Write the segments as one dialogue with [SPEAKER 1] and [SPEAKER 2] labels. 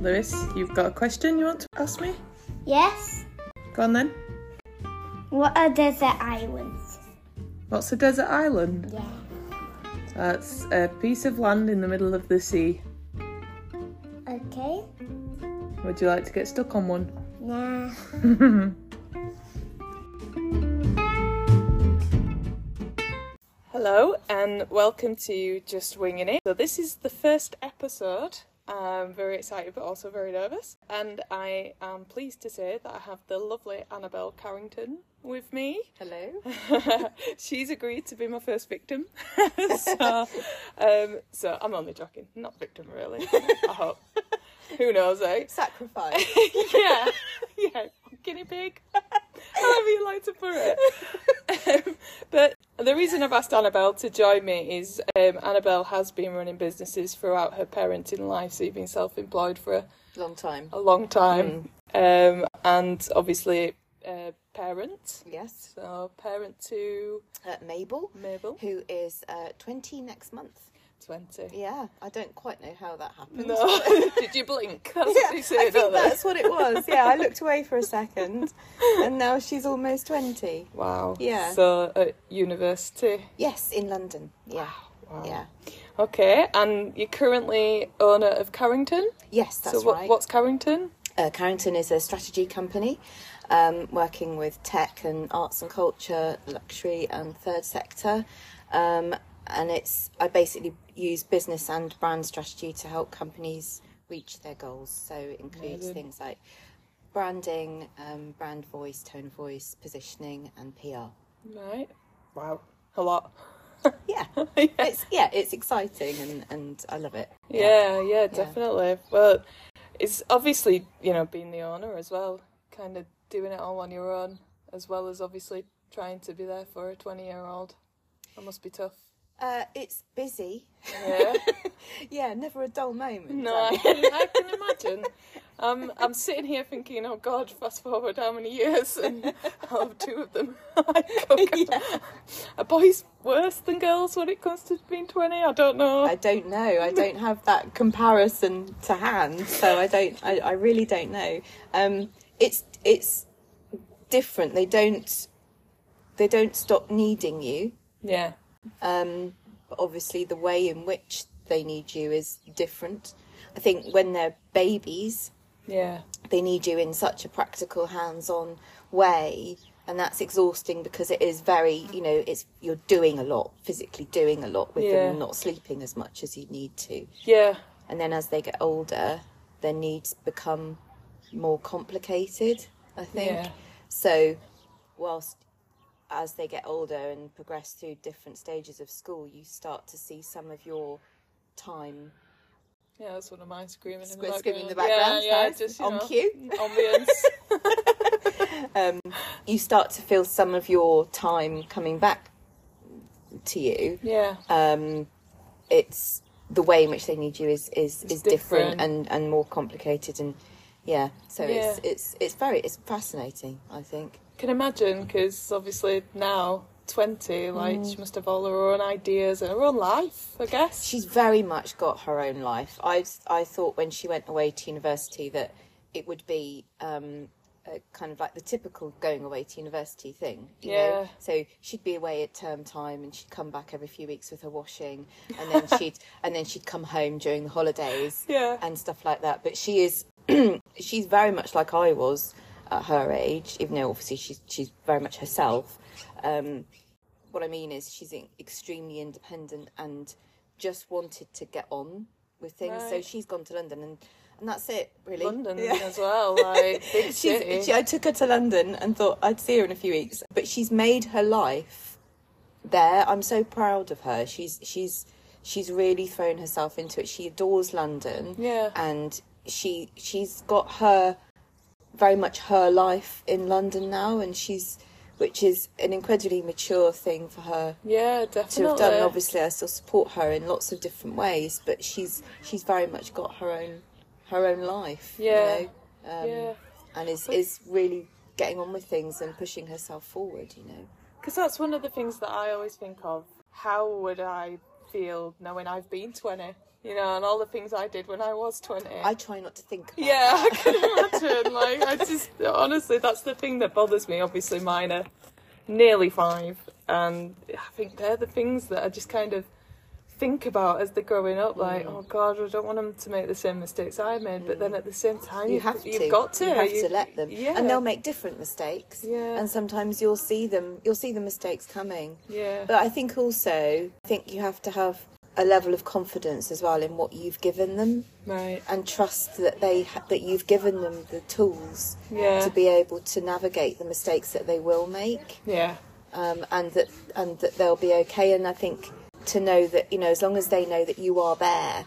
[SPEAKER 1] Lewis, you've got a question you want to ask me?
[SPEAKER 2] Yes?
[SPEAKER 1] Go on then.
[SPEAKER 2] What are desert islands?
[SPEAKER 1] What's a desert island?
[SPEAKER 2] Yeah.
[SPEAKER 1] That's a piece of land in the middle of the sea.
[SPEAKER 2] Okay.
[SPEAKER 1] Would you like to get stuck on one?
[SPEAKER 2] Nah.
[SPEAKER 1] Hello and welcome to Just Winging It. So this is the first episode. I'm very excited but also very nervous. And I am pleased to say that I have the lovely Annabelle Carrington with me.
[SPEAKER 3] Hello.
[SPEAKER 1] She's agreed to be my first victim. so, um, so I'm only joking. Not victim really. I hope. Who knows, eh?
[SPEAKER 3] Sacrifice.
[SPEAKER 1] yeah, yeah, guinea pig. However you like to put it. Um, but the reason I've asked Annabelle to join me is um, Annabelle has been running businesses throughout her parenting life, so you've been self-employed for a,
[SPEAKER 3] Long time.
[SPEAKER 1] a long time, um, and obviously uh, parent.
[SPEAKER 3] Yes.
[SPEAKER 1] So parent to
[SPEAKER 3] Uh, Mabel,
[SPEAKER 1] Mabel,
[SPEAKER 3] who is uh, 20 next month.
[SPEAKER 1] twenty.
[SPEAKER 3] Yeah, I don't quite know how that happened.
[SPEAKER 1] No, did you blink? That's
[SPEAKER 3] Yeah,
[SPEAKER 1] what they say,
[SPEAKER 3] I
[SPEAKER 1] don't
[SPEAKER 3] think
[SPEAKER 1] they?
[SPEAKER 3] that's what it was. Yeah, I looked away for a second, and now she's almost 20.
[SPEAKER 1] Wow.
[SPEAKER 3] Yeah.
[SPEAKER 1] So at university.
[SPEAKER 3] Yes, in London. Yeah.
[SPEAKER 1] Wow.
[SPEAKER 3] Yeah.
[SPEAKER 1] Okay, and you're currently owner of Carrington.
[SPEAKER 3] Yes, that's
[SPEAKER 1] so what,
[SPEAKER 3] right.
[SPEAKER 1] what's Carrington?
[SPEAKER 3] Uh, Carrington is a strategy company um, working with tech and arts and culture, luxury and third sector. Um, and it's I basically use business and brand strategy to help companies reach their goals. So it includes
[SPEAKER 1] Amazing.
[SPEAKER 3] things like branding, um, brand voice, tone of voice, positioning, and PR.
[SPEAKER 1] Right. Wow. A lot.
[SPEAKER 3] Yeah,
[SPEAKER 1] yeah.
[SPEAKER 3] it's yeah, it's exciting and, and I love it.
[SPEAKER 1] yeah, yeah, definitely. Well, it's obviously, you know, being the owner as well, kind of doing it all on your own, as well as obviously trying to be there for a 20 year old. That must be tough.
[SPEAKER 3] Uh, it's busy.
[SPEAKER 1] Yeah.
[SPEAKER 3] Yeah, never a dull moment.
[SPEAKER 1] No,
[SPEAKER 3] um,
[SPEAKER 1] I can, I can imagine. Um, I'm sitting here thinking, oh God, fast forward how many years and I'll have two of them. Are boys worse than girls when it comes to being 20? I don't know.
[SPEAKER 3] I don't know. I don't have that comparison to hand, so I don't. I, I really don't know. Um, it's it's different. They don't they don't stop needing you.
[SPEAKER 1] yeah.
[SPEAKER 3] Um, but obviously, the way in which they need you is different. I think when they're babies,
[SPEAKER 1] Yeah.
[SPEAKER 3] they need you in such a practical hands-on way and that's exhausting because it is very you know it's you're doing a lot physically doing a lot with
[SPEAKER 1] Yeah.
[SPEAKER 3] them and not sleeping as much as you need to
[SPEAKER 1] Yeah.
[SPEAKER 3] and then as they get older their needs become more complicated i think
[SPEAKER 1] Yeah.
[SPEAKER 3] so whilst as they get older and progress through different stages of school you start to see some of your time
[SPEAKER 1] Yeah, that's one of mine screaming in the
[SPEAKER 3] Squid
[SPEAKER 1] background.
[SPEAKER 3] screaming in the background
[SPEAKER 1] Yeah, yeah,
[SPEAKER 3] nice.
[SPEAKER 1] just, you
[SPEAKER 3] on
[SPEAKER 1] know,
[SPEAKER 3] cue
[SPEAKER 1] Ambience.
[SPEAKER 3] you start to feel some of your time coming back to you.
[SPEAKER 1] yeah.
[SPEAKER 3] Um, it's the way in which they need you is is,
[SPEAKER 1] It's
[SPEAKER 3] is different,
[SPEAKER 1] different.
[SPEAKER 3] and and more complicated and yeah. So it's
[SPEAKER 1] Yeah.
[SPEAKER 3] it's it's very it's fascinating. I think.
[SPEAKER 1] can imagine because obviously now 20, like,
[SPEAKER 3] Mm.
[SPEAKER 1] she must have all her own ideas and her own life, I guess.
[SPEAKER 3] She's very much got her own life. I I thought when she went away to university that it would be um, a kind of like the typical going away to university thing. You
[SPEAKER 1] Yeah.
[SPEAKER 3] Know? So she'd be away at term time, and she'd come back every few weeks with her washing, and then she'd and then she'd come home during the holidays
[SPEAKER 1] Yeah.
[SPEAKER 3] and stuff like that. But she is she's very much like I was at her age, even though obviously she's she's very much herself. Um, what I mean is she's in- extremely independent and just wanted to get on with things. So
[SPEAKER 1] Right.
[SPEAKER 3] she's gone to London and and that's it really.
[SPEAKER 1] London
[SPEAKER 3] Yeah.
[SPEAKER 1] as well, like, big city.
[SPEAKER 3] She's, she, I took her to London and thought I'd see her in a few weeks, but she's made her life there. I'm so proud of her. She's she's she's really thrown herself into it. She adores London,
[SPEAKER 1] Yeah.
[SPEAKER 3] and she she's got her very much her life in London now, and she's which is an incredibly mature thing for her
[SPEAKER 1] Yeah, definitely.
[SPEAKER 3] to have done. Obviously, I still support her in lots of different ways, but she's she's very much got her own her own life. you
[SPEAKER 1] Yeah.
[SPEAKER 3] know, um,
[SPEAKER 1] yeah,
[SPEAKER 3] and is is really getting on with things and pushing herself forward. You know.
[SPEAKER 1] because that's one of the things that I always think of. How would I feel knowing I've been 20, you know, and all the things I did when I was 20.
[SPEAKER 4] I try not to think about
[SPEAKER 1] yeah, I can imagine. Like, I just, honestly, that's the thing that bothers me. Obviously, mine are nearly five, and I think they're the things that I just kind of think about as they're growing
[SPEAKER 4] Mm.
[SPEAKER 1] up. Like, oh God, I don't want them to make the same mistakes I made. But then at the same time,
[SPEAKER 4] Mm. you,
[SPEAKER 1] you've,
[SPEAKER 4] have to.
[SPEAKER 1] you've got to.
[SPEAKER 4] You have
[SPEAKER 1] You-
[SPEAKER 4] to let them.
[SPEAKER 1] Yeah.
[SPEAKER 4] And they'll make different mistakes.
[SPEAKER 1] Yeah.
[SPEAKER 4] And sometimes you'll see them. You'll see the mistakes coming.
[SPEAKER 1] Yeah.
[SPEAKER 4] But I think also, I think you have to have a level of confidence as well in what you've given them,
[SPEAKER 1] right.
[SPEAKER 4] and trust that they ha- that you've given them the tools
[SPEAKER 1] Yeah.
[SPEAKER 4] to be able to navigate the mistakes that they will make,
[SPEAKER 1] Yeah.
[SPEAKER 4] um, and that and that they'll be okay. And I think to know that you know as long as they know that you are there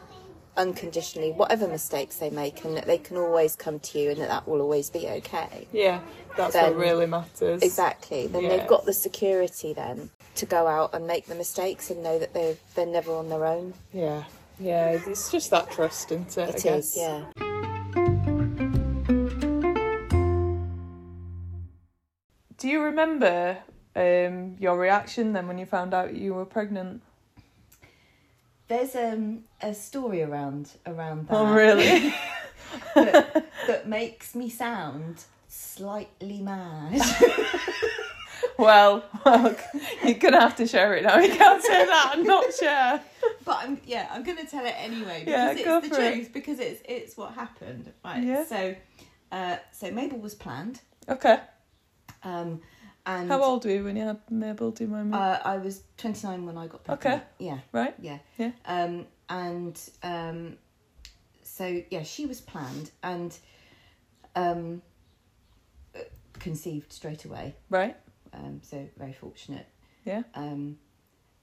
[SPEAKER 4] unconditionally, whatever mistakes they make, and that they can always come to you, and that that will always be okay.
[SPEAKER 1] Yeah. That's
[SPEAKER 4] Then-
[SPEAKER 1] what really matters.
[SPEAKER 4] Exactly. Then
[SPEAKER 1] Yeah.
[SPEAKER 4] they've got the security then to go out and make the mistakes and know that they're they're never on their own.
[SPEAKER 1] Yeah. Yeah. It's just that trust, isn't it? I
[SPEAKER 4] It is,
[SPEAKER 1] guess.
[SPEAKER 4] yeah.
[SPEAKER 1] Do you remember um, your reaction then when you found out you were pregnant?
[SPEAKER 4] There's um, a story around around that
[SPEAKER 1] Oh, Uh, really?
[SPEAKER 4] that, that makes me sound slightly mad.
[SPEAKER 1] well, well, you're gonna have to share it now. You can't say that and not share.
[SPEAKER 3] But I'm yeah, I'm gonna tell it anyway
[SPEAKER 1] Yeah,
[SPEAKER 3] because
[SPEAKER 1] go
[SPEAKER 3] it's the
[SPEAKER 1] for it.
[SPEAKER 3] truth because it's it's what happened, right?
[SPEAKER 1] Yeah.
[SPEAKER 3] So, uh, so Mabel was planned,
[SPEAKER 1] Okay.
[SPEAKER 3] um, and
[SPEAKER 1] How old were you when you had Mabel? Do you mind me?
[SPEAKER 3] Uh, I was 29 when I got pregnant.
[SPEAKER 1] Okay.
[SPEAKER 3] Yeah.
[SPEAKER 1] right.
[SPEAKER 3] Yeah.
[SPEAKER 1] Yeah.
[SPEAKER 3] Um, and um, so yeah, she was planned and um, uh, conceived straight away.
[SPEAKER 1] Right.
[SPEAKER 3] Um, so very fortunate.
[SPEAKER 1] Yeah.
[SPEAKER 3] Um,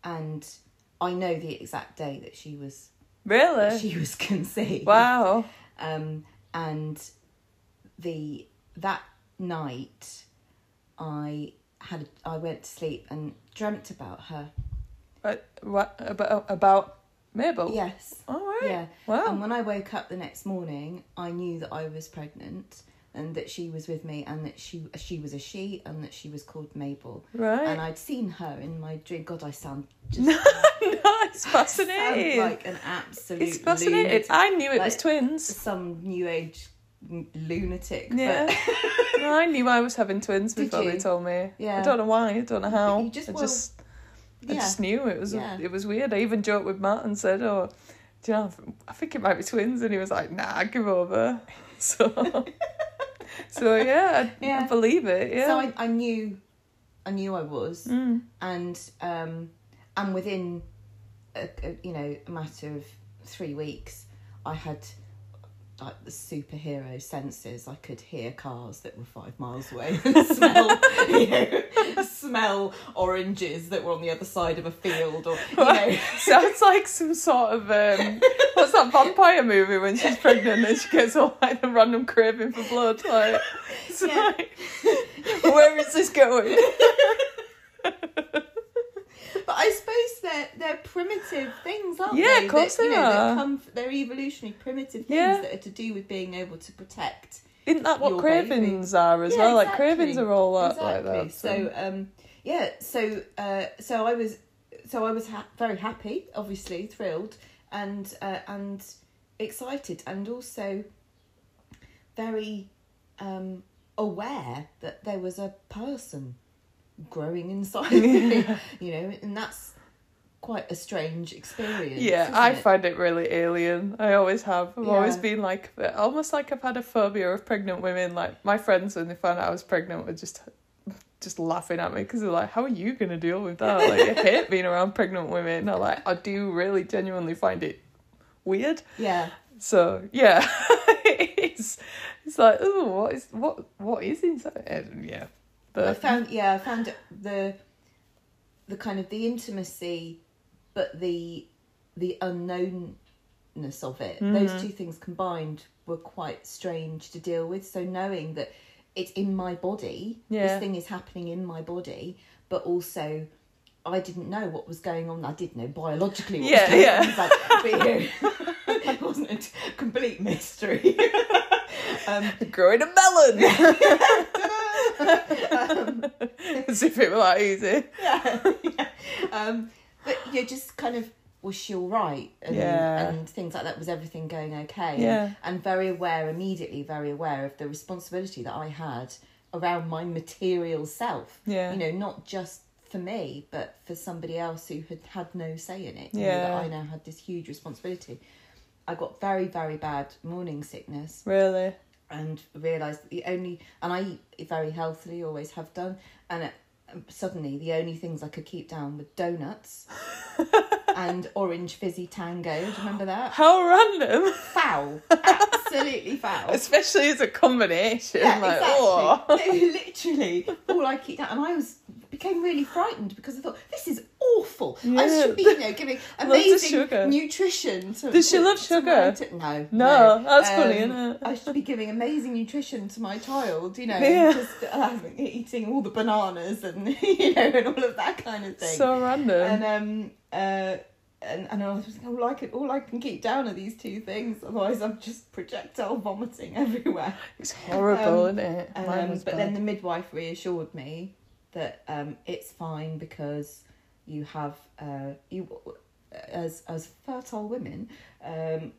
[SPEAKER 3] and I know the exact day that she was
[SPEAKER 1] Really?
[SPEAKER 3] she was conceived.
[SPEAKER 1] Wow.
[SPEAKER 3] um, and the that night I had I went to sleep and dreamt about her.
[SPEAKER 1] Right. Uh, What about about Mabel?
[SPEAKER 3] Yes.
[SPEAKER 1] All Oh. right.
[SPEAKER 3] Yeah.
[SPEAKER 1] Wow.
[SPEAKER 3] And when I woke up the next morning, I knew that I was pregnant and that she was with me and that she she was a she and that she was called Mabel.
[SPEAKER 1] Right.
[SPEAKER 3] And I'd seen her in my dream. God, I sound just
[SPEAKER 1] no, it's
[SPEAKER 3] sound
[SPEAKER 1] fascinating.
[SPEAKER 3] like an absolute
[SPEAKER 1] it's fascinating.
[SPEAKER 3] lunatic.
[SPEAKER 1] I knew it was
[SPEAKER 3] Like-
[SPEAKER 1] twins.
[SPEAKER 3] some new age n- lunatic. but-
[SPEAKER 1] Yeah. No, I knew I was having twins
[SPEAKER 3] Did
[SPEAKER 1] before they
[SPEAKER 3] you?
[SPEAKER 1] told me. I
[SPEAKER 3] Yeah.
[SPEAKER 1] don't know why. I don't know how.
[SPEAKER 3] You just
[SPEAKER 1] I
[SPEAKER 3] will-
[SPEAKER 1] just I
[SPEAKER 3] yeah.
[SPEAKER 1] just knew it was
[SPEAKER 3] Yeah.
[SPEAKER 1] it was weird. I even joked with Matt and said, "Oh, do you know? I think it might be twins," and he was like, "Nah, give over." So, so yeah, I, I
[SPEAKER 3] Yeah.
[SPEAKER 1] believe it. Yeah, Mm.
[SPEAKER 3] So I, I knew, I knew I was, and um, and within, a, a- you know, a matter of three weeks, I had like the superhero senses. I could hear cars that were five miles away, and smell, you know, smell oranges that were on the other side of a field, or you know.
[SPEAKER 1] sounds like some sort of um, what's that vampire movie when she's pregnant and she gets all like the random craving for blood. Like, it's
[SPEAKER 3] Yeah.
[SPEAKER 1] like, where is this going?
[SPEAKER 3] But I suppose they're they're primitive things, aren't
[SPEAKER 1] Yeah,
[SPEAKER 3] they?
[SPEAKER 1] of course
[SPEAKER 3] That, you
[SPEAKER 1] they
[SPEAKER 3] know,
[SPEAKER 1] are.
[SPEAKER 3] Come, they're evolutionary primitive things
[SPEAKER 1] Yeah.
[SPEAKER 3] that are to do with being able to protect.
[SPEAKER 1] Isn't that what
[SPEAKER 3] Your baby.
[SPEAKER 1] cravings are as
[SPEAKER 3] Yeah,
[SPEAKER 1] well? Like
[SPEAKER 3] exactly.
[SPEAKER 1] cravings are all that like
[SPEAKER 3] Exactly.
[SPEAKER 1] that.
[SPEAKER 3] So um, yeah, so uh, so I was so I was ha- very happy, obviously thrilled, and uh, and excited, and also very um, aware that there was a person growing inside me, you know, and that's quite a strange experience.
[SPEAKER 1] Yeah,
[SPEAKER 3] isn't
[SPEAKER 1] I
[SPEAKER 3] it?
[SPEAKER 1] find it really alien. I always have. I've always
[SPEAKER 3] Yeah.
[SPEAKER 1] been like, almost like I've had a phobia of pregnant women. Like my friends, when they found out I was pregnant, were just, just laughing at me because they're like, "How are you gonna deal with that? Like, you hate being around pregnant women." I'm like, I do really genuinely find it weird.
[SPEAKER 3] yeah.
[SPEAKER 1] So yeah, it's it's like, oh, what is what what is inside? Uh, Yeah,
[SPEAKER 3] I
[SPEAKER 1] but
[SPEAKER 3] found yeah, I found the the kind of the intimacy, but the the unknownness of it.
[SPEAKER 1] Mm-hmm.
[SPEAKER 3] Those two things combined were quite strange to deal with. So knowing that it's in my body,
[SPEAKER 1] Yeah.
[SPEAKER 3] this thing is happening in my body, but also. I didn't know what was going on. I did know biologically what
[SPEAKER 1] Yeah,
[SPEAKER 3] was going
[SPEAKER 1] yeah.
[SPEAKER 3] on. It's Like, but, you know, it wasn't a t- complete mystery. um,
[SPEAKER 1] growing a melon. As if it were that easy.
[SPEAKER 3] yeah. um, but you're just kind of was she all right? And,
[SPEAKER 1] Yeah.
[SPEAKER 3] and things like that. Was everything going okay?
[SPEAKER 1] Yeah.
[SPEAKER 3] And very aware, immediately very aware of the responsibility that I had around my material self.
[SPEAKER 1] Yeah.
[SPEAKER 3] You know, not just for me, but for somebody else who had had no say in it. you know,
[SPEAKER 1] Yeah.
[SPEAKER 3] that I now had this huge responsibility. I got very, very bad morning sickness
[SPEAKER 1] Really?
[SPEAKER 3] and realised that the only and I eat very healthily, always have done, and it, um, suddenly the only things I could keep down were donuts and orange fizzy tango. Do you remember that?
[SPEAKER 1] How random!
[SPEAKER 3] Foul, absolutely foul.
[SPEAKER 1] Especially as a combination.
[SPEAKER 3] Yeah,
[SPEAKER 1] like,
[SPEAKER 3] exactly.
[SPEAKER 1] oh.
[SPEAKER 3] No, literally, all I keep down, and I was became really frightened because I thought this is awful. I
[SPEAKER 1] Yeah.
[SPEAKER 3] should be, you know, giving
[SPEAKER 1] of
[SPEAKER 3] amazing
[SPEAKER 1] sugar.
[SPEAKER 3] nutrition. To,
[SPEAKER 1] Does she
[SPEAKER 3] to-
[SPEAKER 1] love
[SPEAKER 3] to
[SPEAKER 1] sugar?
[SPEAKER 3] my t- no, Um,
[SPEAKER 1] No, that's funny, innit?
[SPEAKER 3] I should be giving amazing nutrition to my child, you know,
[SPEAKER 1] Yeah.
[SPEAKER 3] and just um, eating all the bananas and you know and all of that kind of thing.
[SPEAKER 1] So random.
[SPEAKER 3] and um uh. And, and I was just all I can all I can keep down are these two things. Otherwise, I'm just projectile vomiting everywhere.
[SPEAKER 1] it's horrible, isn't
[SPEAKER 3] um,
[SPEAKER 1] it?
[SPEAKER 3] And,
[SPEAKER 1] Mine
[SPEAKER 3] um,
[SPEAKER 1] was
[SPEAKER 3] but
[SPEAKER 1] bad.
[SPEAKER 3] then the midwife reassured me that um, it's fine because you have uh, you as as fertile women um,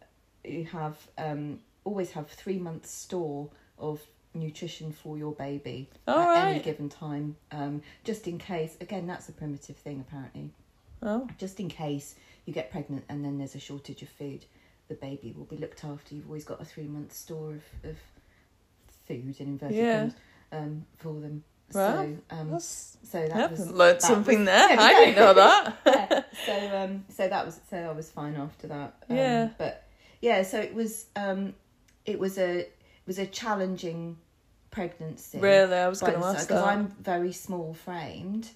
[SPEAKER 3] you have um, always have three months store of nutrition for your baby
[SPEAKER 1] All
[SPEAKER 3] at any
[SPEAKER 1] right.
[SPEAKER 3] given time um, just in case again that's a primitive thing apparently
[SPEAKER 1] oh,
[SPEAKER 3] just in case you get pregnant and then there's a shortage of food, the baby will be looked after. You've always got a three month store of, of food and inverted
[SPEAKER 1] Yeah.
[SPEAKER 3] commas um, for them.
[SPEAKER 1] Wow.
[SPEAKER 3] So, um,
[SPEAKER 1] that's,
[SPEAKER 3] so that
[SPEAKER 1] I
[SPEAKER 3] was
[SPEAKER 1] haven't learnt
[SPEAKER 3] that
[SPEAKER 1] something
[SPEAKER 3] was-
[SPEAKER 1] there.
[SPEAKER 3] Yeah,
[SPEAKER 1] I
[SPEAKER 3] no.
[SPEAKER 1] didn't know that.
[SPEAKER 3] Yeah. So um, so that was so I was fine after that. Um,
[SPEAKER 1] Yeah.
[SPEAKER 3] But yeah, so it was um, it was a it was a challenging pregnancy.
[SPEAKER 1] Really, I was
[SPEAKER 3] By
[SPEAKER 1] going to
[SPEAKER 3] the
[SPEAKER 1] ask
[SPEAKER 3] Because
[SPEAKER 1] that.
[SPEAKER 3] I'm very small framed,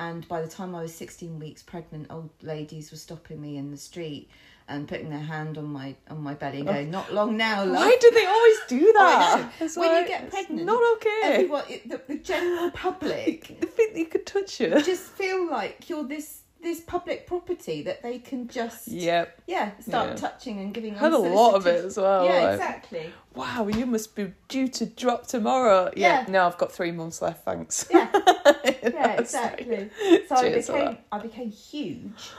[SPEAKER 3] and by the time I was 16 weeks pregnant, old ladies were stopping me in the street and putting their hand on my on my belly and going, "Not long now, love."
[SPEAKER 1] Oh.
[SPEAKER 3] Oh,
[SPEAKER 1] Why do they always do
[SPEAKER 3] I know.
[SPEAKER 1] that? It's
[SPEAKER 3] When you
[SPEAKER 1] like,
[SPEAKER 3] get
[SPEAKER 1] it's
[SPEAKER 3] pregnant,
[SPEAKER 1] not okay.
[SPEAKER 3] Everyone, it, the, the general public
[SPEAKER 1] I think you could touch you.
[SPEAKER 3] just feel like you're this this public property that they can just
[SPEAKER 1] Yep.
[SPEAKER 3] yeah start
[SPEAKER 1] Yeah.
[SPEAKER 3] touching and giving.
[SPEAKER 1] Had a lot of it
[SPEAKER 3] unsolicited-
[SPEAKER 1] as well.
[SPEAKER 3] Yeah,
[SPEAKER 1] like,
[SPEAKER 3] exactly.
[SPEAKER 1] Wow, you must be due to drop tomorrow. Yeah.
[SPEAKER 3] Yeah.
[SPEAKER 1] No, I've got three months left. Thanks.
[SPEAKER 3] Yeah.
[SPEAKER 1] And I
[SPEAKER 3] yeah,
[SPEAKER 1] was like,
[SPEAKER 3] exactly. So I
[SPEAKER 1] cheers for
[SPEAKER 3] became
[SPEAKER 1] that.
[SPEAKER 3] I became huge,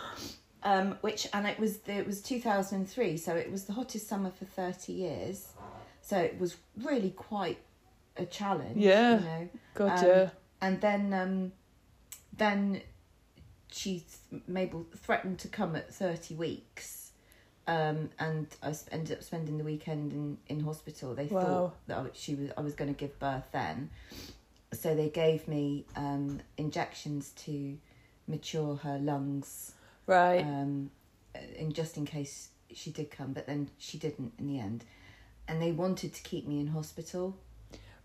[SPEAKER 3] um, which and it was the, it was two thousand and three, so it was the hottest summer for thirty years, so it was really quite a challenge.
[SPEAKER 1] Yeah.
[SPEAKER 3] you know.
[SPEAKER 1] God,
[SPEAKER 3] Um,
[SPEAKER 1] yeah.
[SPEAKER 3] And then um, then she th- Mabel threatened to come at thirty weeks. Um, and I sp- ended up spending the weekend in, in hospital. They
[SPEAKER 1] Wow.
[SPEAKER 3] thought that I, she was I was going to give birth then, so they gave me um, injections to mature her lungs
[SPEAKER 1] Right.
[SPEAKER 3] um, in just in case she did come, but then she didn't in the end. And they wanted to keep me in hospital.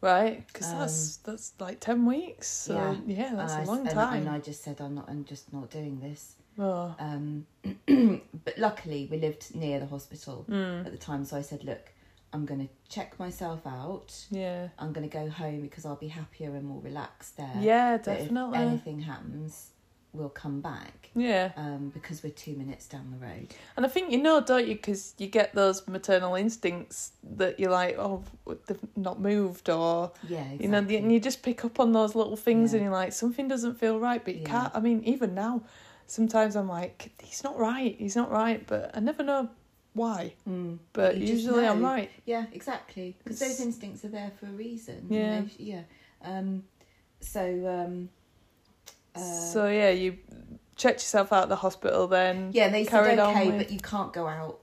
[SPEAKER 1] right. Because that's that's like ten weeks. So, yeah. Oh, that's
[SPEAKER 3] and
[SPEAKER 1] a
[SPEAKER 3] um, I-
[SPEAKER 1] long
[SPEAKER 3] and-
[SPEAKER 1] time.
[SPEAKER 3] And I just said, I'm not. I'm just not doing this.
[SPEAKER 1] oh,
[SPEAKER 3] Um, but luckily, we lived near the hospital
[SPEAKER 1] Hmm.
[SPEAKER 3] at the time, so I said, look, I'm going to check myself out.
[SPEAKER 1] yeah.
[SPEAKER 3] I'm going to go home because I'll be happier and more relaxed there.
[SPEAKER 1] Yeah,
[SPEAKER 3] But
[SPEAKER 1] definitely.
[SPEAKER 3] If anything happens, we'll come back.
[SPEAKER 1] Yeah.
[SPEAKER 3] Um, because we're two minutes down the road.
[SPEAKER 1] And I think you know, don't you? Because you get those maternal instincts that you're like, oh, they've not moved, or
[SPEAKER 3] Yeah, exactly.
[SPEAKER 1] you know, and you just pick up on those little things,
[SPEAKER 3] Yeah.
[SPEAKER 1] and you're like, something doesn't feel right, but you
[SPEAKER 3] Yeah.
[SPEAKER 1] can't. I mean, even now, sometimes I'm like, he's not right, he's not right, but I never know why.
[SPEAKER 3] Mm.
[SPEAKER 1] But
[SPEAKER 3] You just
[SPEAKER 1] usually I'm
[SPEAKER 3] know.
[SPEAKER 1] right.
[SPEAKER 3] Yeah, exactly. Because those
[SPEAKER 1] It's-
[SPEAKER 3] instincts are there for a reason.
[SPEAKER 1] Yeah.
[SPEAKER 3] You know, yeah. Um, so. Um, uh,
[SPEAKER 1] so yeah, you checked yourself out of the hospital then.
[SPEAKER 3] Yeah, they
[SPEAKER 1] carried
[SPEAKER 3] said
[SPEAKER 1] on
[SPEAKER 3] okay,
[SPEAKER 1] with-
[SPEAKER 3] but you can't go out.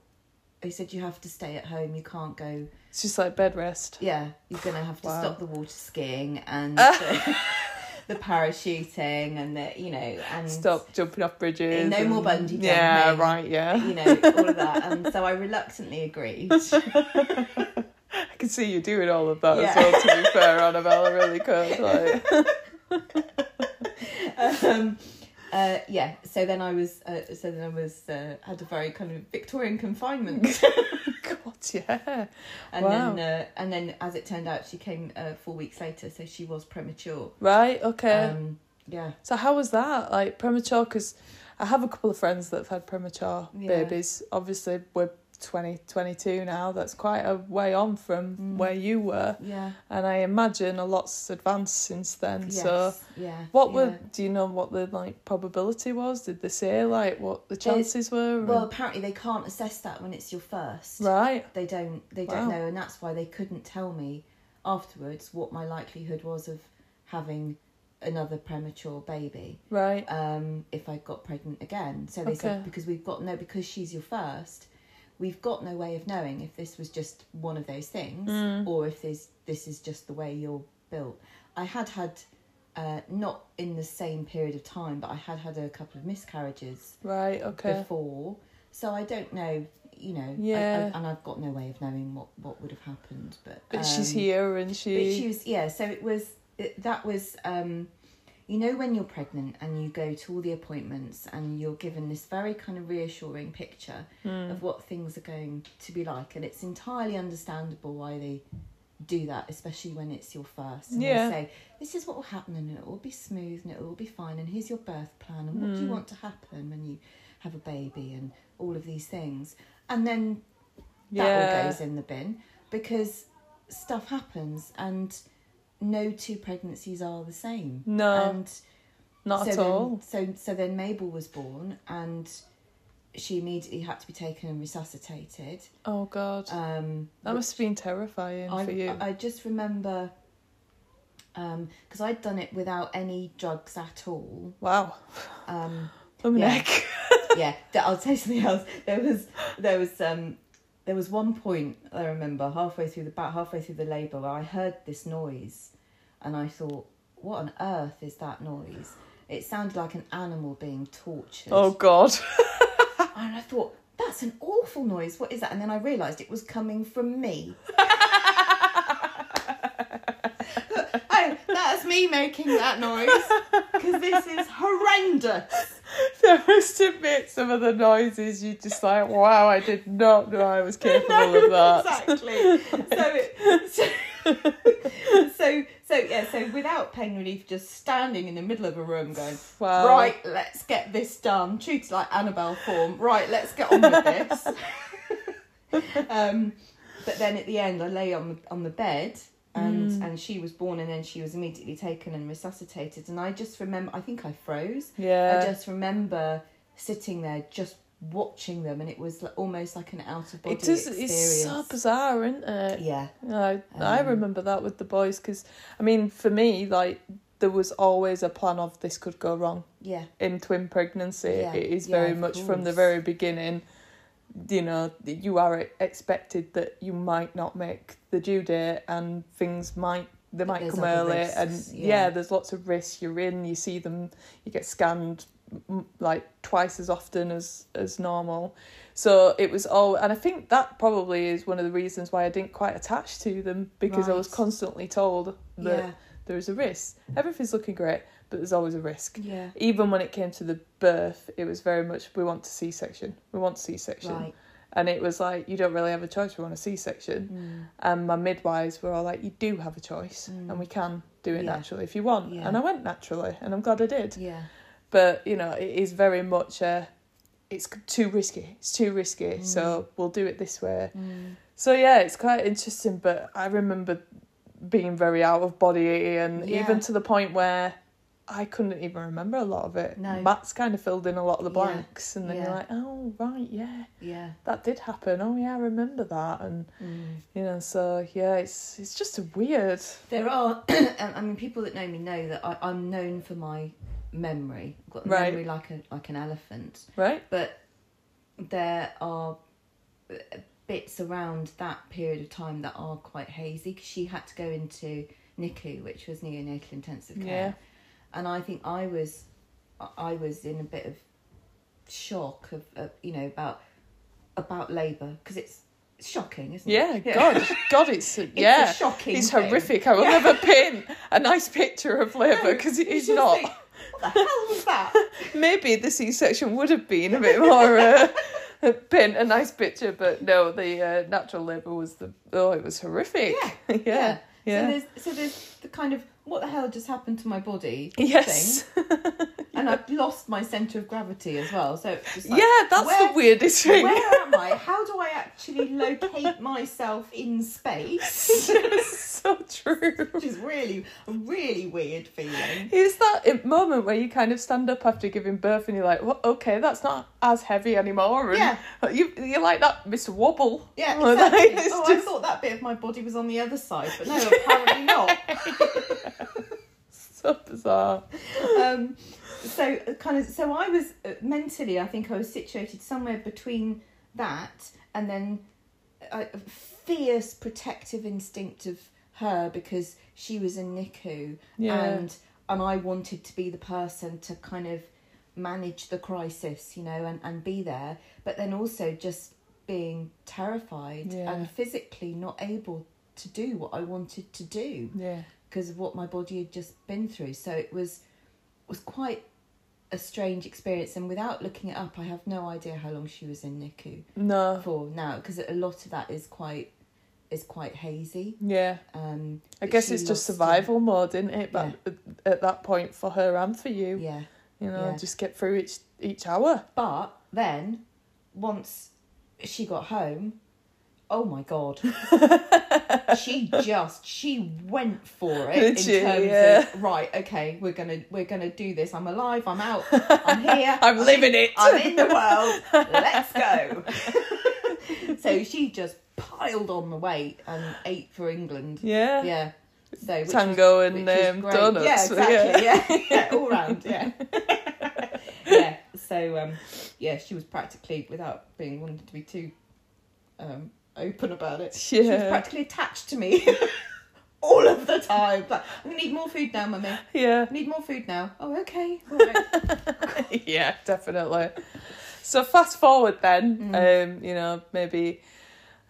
[SPEAKER 3] They said you have to stay at home. You can't go.
[SPEAKER 1] It's just like bed rest.
[SPEAKER 3] Yeah, you're gonna have to
[SPEAKER 1] Wow.
[SPEAKER 3] stop the water skiing and the, the parachuting and the you know and
[SPEAKER 1] Stop jumping off bridges.
[SPEAKER 3] No more
[SPEAKER 1] and-
[SPEAKER 3] bungee
[SPEAKER 1] Yeah,
[SPEAKER 3] jumping.
[SPEAKER 1] right, yeah.
[SPEAKER 3] you know all of that. And so I reluctantly agreed.
[SPEAKER 1] I can see you doing all of that as
[SPEAKER 3] Yeah.
[SPEAKER 1] well, to be fair, Annabelle. I really could. Like,
[SPEAKER 3] um, uh, yeah. So then I was. Uh, so then I was uh, had a very kind of Victorian confinement.
[SPEAKER 1] God, yeah.
[SPEAKER 3] And
[SPEAKER 1] Wow.
[SPEAKER 3] then, uh, and then, as it turned out, she came uh, four weeks later, so she was premature.
[SPEAKER 1] Right, okay.
[SPEAKER 3] Um, yeah,
[SPEAKER 1] so, how was that? Like, premature? Because I have a couple of friends that have had premature
[SPEAKER 3] Yeah.
[SPEAKER 1] babies. Obviously, we're 20, 22 now. That's quite a way on from
[SPEAKER 3] Mm.
[SPEAKER 1] where you were.
[SPEAKER 3] Yeah.
[SPEAKER 1] And I imagine a lot's advanced since then.
[SPEAKER 3] Yes.
[SPEAKER 1] So
[SPEAKER 3] yeah.
[SPEAKER 1] what
[SPEAKER 3] yeah.
[SPEAKER 1] were do you know what the like probability was? Did they say like what the chances were?
[SPEAKER 3] Well, apparently they can't assess that when it's your first.
[SPEAKER 1] right.
[SPEAKER 3] They don't. They don't
[SPEAKER 1] Wow.
[SPEAKER 3] know, and that's why they couldn't tell me afterwards what my likelihood was of having another premature baby
[SPEAKER 1] Right.
[SPEAKER 3] um, if I got pregnant again. So they said
[SPEAKER 1] Okay.
[SPEAKER 3] because we've got no because she's your first, we've got no way of knowing if this was just one of those things
[SPEAKER 1] Mm.
[SPEAKER 3] or if this this is just the way you're built. I had had uh, not in the same period of time, but I had had a couple of miscarriages
[SPEAKER 1] right. Okay.
[SPEAKER 3] before. So I don't know, you know, I- I-
[SPEAKER 1] Yeah.
[SPEAKER 3] and I've got no way of knowing what, what would have happened, but
[SPEAKER 1] but she's
[SPEAKER 3] um,
[SPEAKER 1] here and she.
[SPEAKER 3] But she was, yeah. So it was it, that was, um, you know, when you're pregnant and you go to all the appointments and you're given this very kind of reassuring picture of what things are going to be like, and it's entirely understandable why they do that, especially when it's your first. And
[SPEAKER 1] Yeah.
[SPEAKER 3] They say this is what will happen, and it will be smooth, and it will be fine, and here's your birth plan, and what do you want to happen when you have a baby, and all of these things, and then that all
[SPEAKER 1] yeah.
[SPEAKER 3] goes in the bin because stuff happens and no two pregnancies are the same.
[SPEAKER 1] No,
[SPEAKER 3] and
[SPEAKER 1] not
[SPEAKER 3] so
[SPEAKER 1] at
[SPEAKER 3] then,
[SPEAKER 1] all.
[SPEAKER 3] So so then Mabel was born and she immediately had to be taken and resuscitated.
[SPEAKER 1] Oh god,
[SPEAKER 3] Um,
[SPEAKER 1] that must have been terrifying
[SPEAKER 3] I,
[SPEAKER 1] for you.
[SPEAKER 3] I just remember because I'd done it without any drugs at all.
[SPEAKER 1] wow.
[SPEAKER 3] Um,
[SPEAKER 1] Bum
[SPEAKER 3] yeah.
[SPEAKER 1] neck.
[SPEAKER 3] yeah, th- I'll tell you something else. There was there was um there was one point I remember halfway through the about halfway through the labour where I heard this noise, and I thought, what on earth is that noise? It sounded like an animal being tortured.
[SPEAKER 1] Oh god.
[SPEAKER 3] And I thought, that's an awful noise. What is that? And then I realised it was coming from me. oh, that's me making that noise because this is horrendous.
[SPEAKER 1] There must have been some of the noises you just like, wow, I did not know I was capable of that.
[SPEAKER 3] Exactly. so, it, so, so, so, yeah, so without pain relief, just standing in the middle of a room going,
[SPEAKER 1] Wow.
[SPEAKER 3] right, let's get this done. Treat it like Annabelle form. Right, let's get on with this. um, but then at the end, I lay on the, on the bed. And, and she was born and then she was immediately taken and resuscitated and I just remember I think I froze
[SPEAKER 1] Yeah.
[SPEAKER 3] I just remember sitting there just watching them, and it was like, almost like an out of body
[SPEAKER 1] It does.
[SPEAKER 3] experience.
[SPEAKER 1] It's so bizarre, isn't it?
[SPEAKER 3] Yeah, Um,
[SPEAKER 1] I I remember that with the boys because I mean, for me, like there was always a plan of this could go wrong.
[SPEAKER 3] yeah,
[SPEAKER 1] in twin pregnancy
[SPEAKER 3] Yeah,
[SPEAKER 1] it is
[SPEAKER 3] yeah,
[SPEAKER 1] very
[SPEAKER 3] of
[SPEAKER 1] much from the
[SPEAKER 3] course.
[SPEAKER 1] very beginning you know that you are e-, expected that you might not make the due date and things might they might
[SPEAKER 3] There's
[SPEAKER 1] come
[SPEAKER 3] other
[SPEAKER 1] early
[SPEAKER 3] risks,
[SPEAKER 1] and yeah.
[SPEAKER 3] yeah.
[SPEAKER 1] there's lots of risks you're in you see them you get scanned m- like twice as often as as normal so it was all and i think that probably is one of the reasons why i didn't quite attach to them because i was
[SPEAKER 3] Right.
[SPEAKER 1] constantly told that
[SPEAKER 3] Yeah.
[SPEAKER 1] there is a risk everything's looking great but there's always a risk
[SPEAKER 3] yeah.
[SPEAKER 1] even when it came to the birth, it was very much we want to C section, we want C section,
[SPEAKER 3] Right.
[SPEAKER 1] and it was like you don't really have a choice. We want a C
[SPEAKER 3] Mm.
[SPEAKER 1] section, and my midwives were all like, you do have a choice, and we can do it
[SPEAKER 3] Yeah.
[SPEAKER 1] naturally if you want.
[SPEAKER 3] Yeah.
[SPEAKER 1] And I went naturally, and I'm glad I did.
[SPEAKER 3] Yeah,
[SPEAKER 1] But you know, it is very much a, it's c- too risky. It's too risky,
[SPEAKER 3] Mm.
[SPEAKER 1] so we'll do it this way. So yeah, it's quite interesting. But I remember being very out of body, and
[SPEAKER 3] Yeah.
[SPEAKER 1] even to the point where I couldn't even remember a lot of it.
[SPEAKER 3] No.
[SPEAKER 1] Matt's kind of filled in a lot of the
[SPEAKER 3] Yeah.
[SPEAKER 1] blanks, and then you're
[SPEAKER 3] Yeah.
[SPEAKER 1] like, oh right, yeah,
[SPEAKER 3] yeah.
[SPEAKER 1] that did happen. Oh yeah, I remember that, and
[SPEAKER 3] Mm.
[SPEAKER 1] you know, so yeah, it's it's just a weird.
[SPEAKER 3] There are, um, I mean, people that know me know that I, I'm known for my memory. I've got a
[SPEAKER 1] Right.
[SPEAKER 3] memory like a like an elephant,
[SPEAKER 1] Right?
[SPEAKER 3] but there are uh, bits around that period of time that are quite hazy. 'cause she had to go into NICU, which was neonatal intensive care.
[SPEAKER 1] Yeah.
[SPEAKER 3] and I think I was, I- I was in a bit of shock of, of you know about about labour because it's shocking, isn't
[SPEAKER 1] Yeah,
[SPEAKER 3] it?
[SPEAKER 1] God, God, it's,
[SPEAKER 3] a
[SPEAKER 1] yeah,
[SPEAKER 3] shocking
[SPEAKER 1] it's
[SPEAKER 3] thing.
[SPEAKER 1] horrific. I will never paint a nice picture of labour because it
[SPEAKER 3] You
[SPEAKER 1] is
[SPEAKER 3] just
[SPEAKER 1] not.
[SPEAKER 3] think, what the hell was that?
[SPEAKER 1] Maybe the C-section would have been a bit more uh, paint a nice picture, but no, the uh, natural labour was the oh, it was horrific.
[SPEAKER 3] Yeah,
[SPEAKER 1] yeah, yeah.
[SPEAKER 3] So there's so there's the kind of what the hell just happened to my body
[SPEAKER 1] Yes.
[SPEAKER 3] and I've lost my centre of gravity as well. So it's just like,
[SPEAKER 1] yeah, that's
[SPEAKER 3] where-
[SPEAKER 1] the weirdest thing.
[SPEAKER 3] Where am I? How do I actually locate myself in space?
[SPEAKER 1] Yes, so true.
[SPEAKER 3] Which is really, a really weird feeling.
[SPEAKER 1] It's that i- moment where you kind of stand up after giving birth and you're like, well, okay, that's not as heavy anymore. And You, you're like that Mr. Wobble.
[SPEAKER 3] Yeah,
[SPEAKER 1] Well, that
[SPEAKER 3] exactly.
[SPEAKER 1] is
[SPEAKER 3] Oh, I
[SPEAKER 1] just-
[SPEAKER 3] thought that bit of my body was on the other side, but no, apparently not.
[SPEAKER 1] So bizarre.
[SPEAKER 3] um, so uh, kind of so I was uh, mentally I think I was situated somewhere between that and then uh, a a fierce protective instinct of her because she was in NICU
[SPEAKER 1] Yeah.
[SPEAKER 3] and and I wanted to be the person to kind of manage the crisis you know and, and be there but then also just being terrified
[SPEAKER 1] Yeah.
[SPEAKER 3] and physically not able to do what I wanted to do
[SPEAKER 1] Yeah.
[SPEAKER 3] because of what my body had just been through. So it was was quite a strange experience. And without looking it up, I have no idea how long she was in NICU
[SPEAKER 1] No.
[SPEAKER 3] for now, because a lot of that is quite is quite hazy.
[SPEAKER 1] Yeah.
[SPEAKER 3] Um,
[SPEAKER 1] I
[SPEAKER 3] but
[SPEAKER 1] guess
[SPEAKER 3] she
[SPEAKER 1] it's just
[SPEAKER 3] lost
[SPEAKER 1] survival mode, isn't it? But at that point, for her and for
[SPEAKER 3] it.
[SPEAKER 1] you,
[SPEAKER 3] Yeah,
[SPEAKER 1] you know,
[SPEAKER 3] yeah.
[SPEAKER 1] just get through each each hour.
[SPEAKER 3] but then once she got home. Oh my god. she just she went for it in
[SPEAKER 1] Did she?
[SPEAKER 3] terms
[SPEAKER 1] Yeah.
[SPEAKER 3] of right, okay, we're going to we're going to do this. I'm alive, I'm out, I'm here.
[SPEAKER 1] I'm living it.
[SPEAKER 3] I'm in the world. Let's go. so she just piled on the weight and ate for England.
[SPEAKER 1] yeah.
[SPEAKER 3] Yeah. So which
[SPEAKER 1] Tango
[SPEAKER 3] was-
[SPEAKER 1] and
[SPEAKER 3] which was
[SPEAKER 1] um,
[SPEAKER 3] great.
[SPEAKER 1] donuts.
[SPEAKER 3] Yeah, exactly. Yeah, yeah. all round. Yeah. yeah. So um, yeah, she was practically without being wanting to be too um, open about it. She was
[SPEAKER 1] Yeah.
[SPEAKER 3] practically attached to me. All of the time, like I'm gonna need more food now, mummy. I
[SPEAKER 1] Yeah.
[SPEAKER 3] need more food now. Oh, okay. All right.
[SPEAKER 1] yeah, definitely. So fast forward then, um, you know, maybe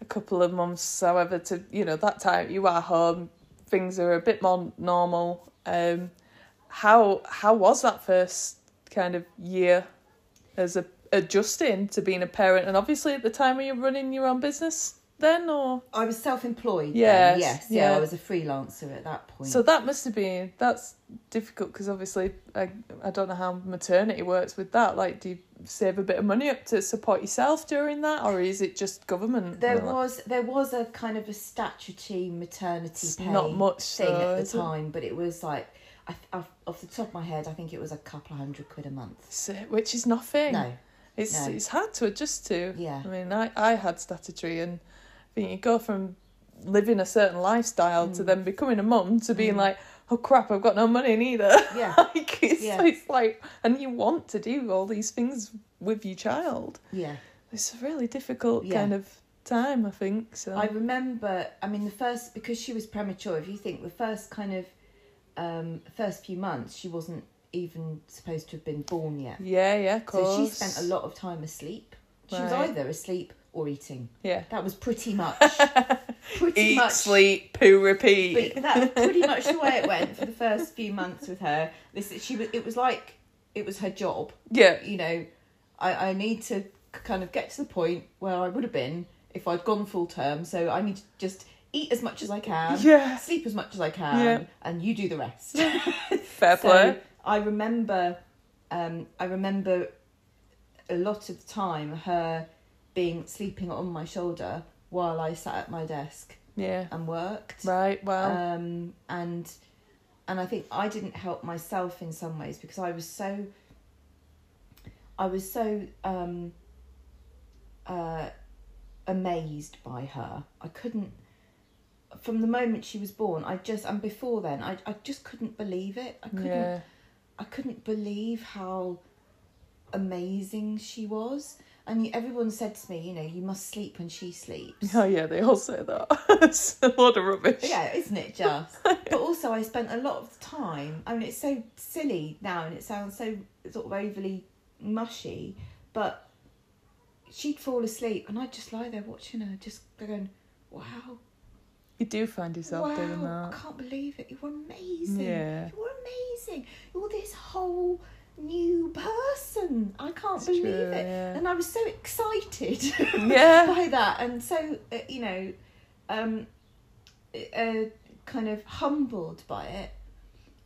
[SPEAKER 1] a couple of months, however, to you know that time you are home, things are a bit more normal. Um, how how was that first kind of year as a adjusting to being a parent, and obviously at the time were you running your own business then, or
[SPEAKER 3] I was self-employed.
[SPEAKER 1] Yes,
[SPEAKER 3] Yes. Yes. Yeah,
[SPEAKER 1] yeah.
[SPEAKER 3] I was a freelancer at that point.
[SPEAKER 1] so that must have been that's difficult because obviously I I don't know how maternity works with that. Like, do you save a bit of money up to support yourself during that, or is it just government?
[SPEAKER 3] there
[SPEAKER 1] Like,
[SPEAKER 3] was there was a kind of a statutory maternity
[SPEAKER 1] It's
[SPEAKER 3] pay
[SPEAKER 1] not much
[SPEAKER 3] thing
[SPEAKER 1] though,
[SPEAKER 3] at
[SPEAKER 1] is it?
[SPEAKER 3] the time, but it was like I, th- off, off the top of my head, I think it was a couple of hundred quid a month.
[SPEAKER 1] So- which is nothing.
[SPEAKER 3] No,
[SPEAKER 1] it's
[SPEAKER 3] no.
[SPEAKER 1] it's hard to adjust to.
[SPEAKER 3] Yeah.
[SPEAKER 1] I mean, I I had statutory, and I think you go from living a certain lifestyle
[SPEAKER 3] Mm.
[SPEAKER 1] to then becoming a mum to being like, oh crap, I've got no money neither.
[SPEAKER 3] Yeah.
[SPEAKER 1] like it's,
[SPEAKER 3] Yeah.
[SPEAKER 1] it's like, and you want to do all these things with your child.
[SPEAKER 3] yeah.
[SPEAKER 1] It's a really difficult
[SPEAKER 3] Yeah.
[SPEAKER 1] kind of time, I think. So
[SPEAKER 3] I remember. I mean, the first because she was premature. If you think the first kind of um, first few months, she wasn't even supposed to have been born yet.
[SPEAKER 1] yeah, yeah, of course.
[SPEAKER 3] So she spent a lot of time asleep. She was
[SPEAKER 1] Right.
[SPEAKER 3] either asleep or eating.
[SPEAKER 1] Yeah.
[SPEAKER 3] That was pretty much pretty
[SPEAKER 1] Eat,
[SPEAKER 3] much
[SPEAKER 1] sleep, poo, repeat.
[SPEAKER 3] but that was pretty much the way it went for the first few months with her. This she was. It was like it was her job.
[SPEAKER 1] yeah,
[SPEAKER 3] You know, I I need to k- kind of get to the point where I would have been if I'd gone full term. So I need to just eat as much as I can.
[SPEAKER 1] Yeah.
[SPEAKER 3] Sleep as much as I can.
[SPEAKER 1] Yeah.
[SPEAKER 3] And you do the rest.
[SPEAKER 1] fair play.
[SPEAKER 3] So I remember, um, I remember a lot of the time her being sleeping on my shoulder while I sat at my desk
[SPEAKER 1] Yeah.
[SPEAKER 3] and worked
[SPEAKER 1] Right. Well.
[SPEAKER 3] um, and and I think I didn't help myself in some ways because I was so I was so um, uh, amazed by her. I couldn't from the moment she was born. I just and before then, I I just couldn't believe it. I couldn't
[SPEAKER 1] yeah.
[SPEAKER 3] I couldn't believe how amazing she was. And everyone said to me, you know, you must sleep when she sleeps.
[SPEAKER 1] Oh yeah, they all say that. it's a lot of rubbish.
[SPEAKER 3] Yeah, isn't it just? but also, I spent a lot of time. I mean, it's so silly now, and it sounds so sort of overly mushy. But she'd fall asleep, and I'd just lie there watching her, just going, "Wow,
[SPEAKER 1] You do find yourself
[SPEAKER 3] wow!
[SPEAKER 1] doing
[SPEAKER 3] I
[SPEAKER 1] that.
[SPEAKER 3] can't believe it. You were amazing.
[SPEAKER 1] Yeah.
[SPEAKER 3] You were amazing. You're this whole." New person, I can't
[SPEAKER 1] It's
[SPEAKER 3] believe
[SPEAKER 1] true,
[SPEAKER 3] it,
[SPEAKER 1] yeah.
[SPEAKER 3] and I was so excited
[SPEAKER 1] Yeah.
[SPEAKER 3] by that, and so uh, you know, um, uh, kind of humbled by it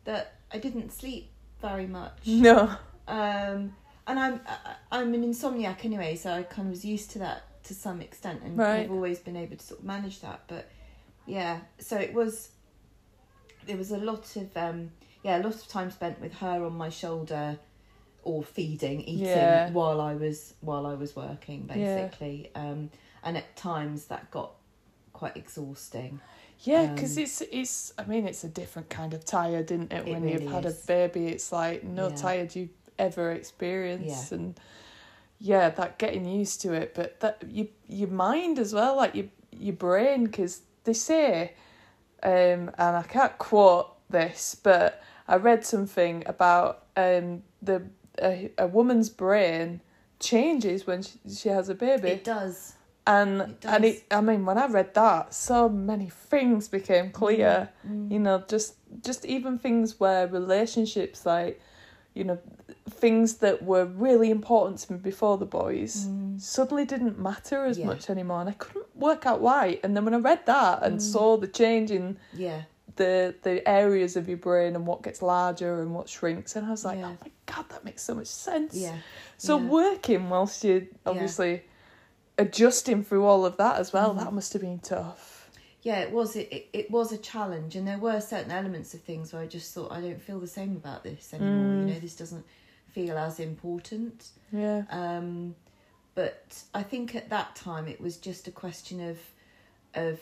[SPEAKER 3] that I didn't sleep very much.
[SPEAKER 1] No.
[SPEAKER 3] Um, and I'm I- I'm an insomniac anyway, so I kind of was used to that to some extent, and
[SPEAKER 1] Right.
[SPEAKER 3] I've always been able to sort of manage that. But yeah, so it was there was a lot of um, yeah a lot of time spent with her on my shoulder, or feeding, eating
[SPEAKER 1] Yeah.
[SPEAKER 3] while I was while I was working
[SPEAKER 1] Yeah.
[SPEAKER 3] basically, um, and at times that got quite exhausting.
[SPEAKER 1] Yeah, because
[SPEAKER 3] Um,
[SPEAKER 1] it's it's. I mean, it's a different kind of tired, isn't it?
[SPEAKER 3] It
[SPEAKER 1] When you've
[SPEAKER 3] really
[SPEAKER 1] had
[SPEAKER 3] is.
[SPEAKER 1] a baby, it's like no
[SPEAKER 3] Yeah.
[SPEAKER 1] tired you've ever experienced, and yeah, that getting used to it. But that you your mind as well, like your your brain, because they say, um, and I can't quote this, but I read something about um the a, a woman's brain changes when she, she has a baby
[SPEAKER 3] It does.
[SPEAKER 1] and
[SPEAKER 3] It
[SPEAKER 1] and
[SPEAKER 3] does.
[SPEAKER 1] it, I mean when I read that so many things
[SPEAKER 3] Mm,
[SPEAKER 1] became clear you know just just even things where relationships like you know things that were really important to me before the boys suddenly didn't matter as
[SPEAKER 3] Mm. Yeah.
[SPEAKER 1] much anymore and I couldn't work out why and then when I read that
[SPEAKER 3] Mm.
[SPEAKER 1] and saw the change in
[SPEAKER 3] Yeah.
[SPEAKER 1] the the areas of your brain and what gets larger and what shrinks and I was like
[SPEAKER 3] Yeah.
[SPEAKER 1] oh my god that makes so much sense
[SPEAKER 3] Yeah.
[SPEAKER 1] so
[SPEAKER 3] Yeah.
[SPEAKER 1] working whilst you're obviously adjusting through all of that as well,
[SPEAKER 3] Mm-hmm.
[SPEAKER 1] that must have been tough.
[SPEAKER 3] yeah it was it, it, it was a challenge and there were certain elements of things where i just thought i don't feel the same about this anymore
[SPEAKER 1] Mm.
[SPEAKER 3] you know this doesn't feel as important
[SPEAKER 1] Yeah.
[SPEAKER 3] um but i think at that time it was just a question of of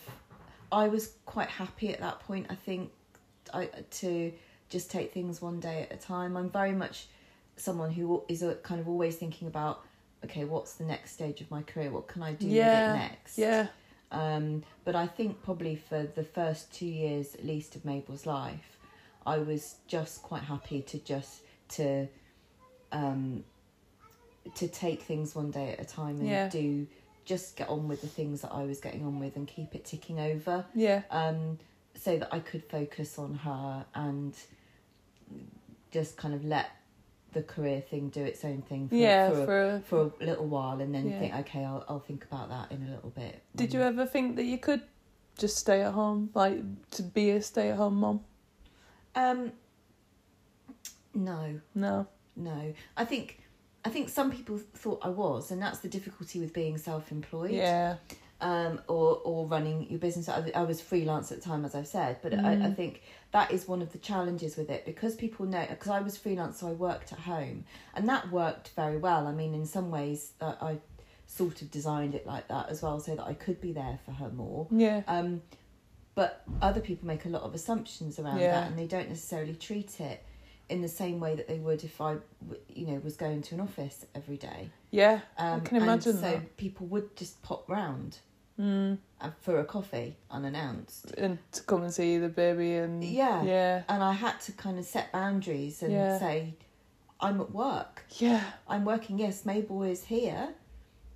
[SPEAKER 3] i was quite happy at that point i think i to just take things one day at a time i'm very much someone who is a, kind of always thinking about okay what's the next stage of my career what can i do
[SPEAKER 1] yeah.
[SPEAKER 3] with it next
[SPEAKER 1] Yeah.
[SPEAKER 3] um, but I think probably for the first two years, at least, of Mabel's life, I was just quite happy to just to um, to take things one day at a time and
[SPEAKER 1] Yeah.
[SPEAKER 3] do just get on with the things that I was getting on with and keep it ticking over,
[SPEAKER 1] Yeah.
[SPEAKER 3] um, so that I could focus on her and just kind of let the career thing do its own thing for,
[SPEAKER 1] Yeah.
[SPEAKER 3] for,
[SPEAKER 1] For a,
[SPEAKER 3] a, for a little while and then
[SPEAKER 1] Yeah.
[SPEAKER 3] think, okay, I'll, I'll think about that in a little bit.
[SPEAKER 1] did you
[SPEAKER 3] Mm-hmm.
[SPEAKER 1] ever think that you could just stay at home, like to be a stay-at-home mom?
[SPEAKER 3] Um, no,
[SPEAKER 1] No.
[SPEAKER 3] no. I think I think some people thought I was, and that's the difficulty with being self-employed.
[SPEAKER 1] Yeah.
[SPEAKER 3] Um, or or running your business. I, I was freelance at the time, as I've said, but I, I think that is one of the challenges with it because people know. Because I was freelance, so I worked at home, and that worked very well. I mean, in some ways, uh, I sort of designed it like that as well, so that I could be there for her more.
[SPEAKER 1] Yeah.
[SPEAKER 3] Um, but other people make a lot of assumptions around
[SPEAKER 1] Yeah.
[SPEAKER 3] that, and they don't necessarily treat it in the same way that they would if I, w- you know, was going to an office every day.
[SPEAKER 1] Yeah.
[SPEAKER 3] Um,
[SPEAKER 1] can imagine
[SPEAKER 3] And so people would just pop round
[SPEAKER 1] Mm.
[SPEAKER 3] uh, for a coffee unannounced,
[SPEAKER 1] And to come and see the baby and
[SPEAKER 3] Yeah.
[SPEAKER 1] Yeah.
[SPEAKER 3] and I had to kind of set boundaries and
[SPEAKER 1] Yeah.
[SPEAKER 3] say, "I'm at work.
[SPEAKER 1] Yeah.
[SPEAKER 3] I'm working. Yes, Mabel is here,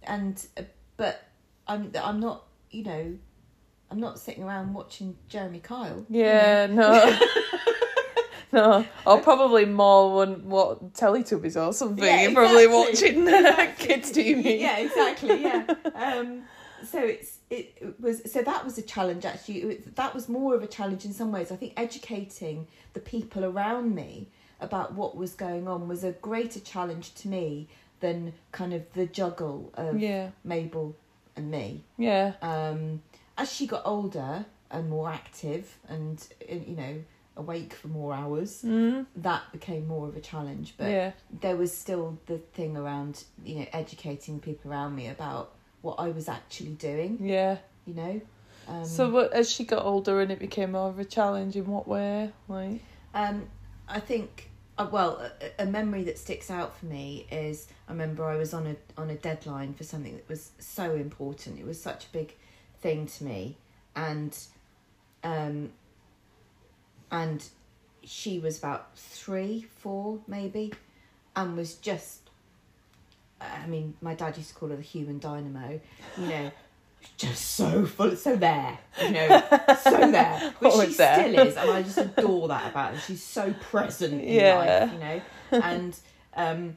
[SPEAKER 3] and uh, but I'm I'm not. You know, I'm not sitting around watching Jeremy Kyle. you know.
[SPEAKER 1] Yeah, no. no. Or probably more one what Teletubbies or something.
[SPEAKER 3] Yeah,
[SPEAKER 1] You're probably
[SPEAKER 3] exactly.
[SPEAKER 1] watching
[SPEAKER 3] Exactly.
[SPEAKER 1] kids TV.
[SPEAKER 3] Yeah, exactly. Yeah. um, so it's it, it was so that was a challenge actually. It, was- that was more of a challenge in some ways. I think educating the people around me about what was going on was a greater challenge to me than kind of the juggle of
[SPEAKER 1] Yeah.
[SPEAKER 3] Mabel and me.
[SPEAKER 1] Yeah.
[SPEAKER 3] Um, as she got older and more active and uh, you know awake for more hours,
[SPEAKER 1] Mm.
[SPEAKER 3] that became more of a challenge. But
[SPEAKER 1] Yeah.
[SPEAKER 3] there was still the thing around you know educating people around me about what I was actually doing.
[SPEAKER 1] Yeah.
[SPEAKER 3] You know, um,
[SPEAKER 1] so what, as she got older and it became more of a challenge, in what way? Like,
[SPEAKER 3] um, I think uh, well a, a memory that sticks out for me is I remember I was on a on a deadline for something that was so important. It was such a big thing to me, and um, and she was about three, four maybe, and was just I mean, my dad used to call her the human dynamo, you know, just so full, so there, you know, so there, which she
[SPEAKER 1] Always there.
[SPEAKER 3] still is, and I just adore that about her. She's so present in
[SPEAKER 1] Yeah.
[SPEAKER 3] life, you know, and um,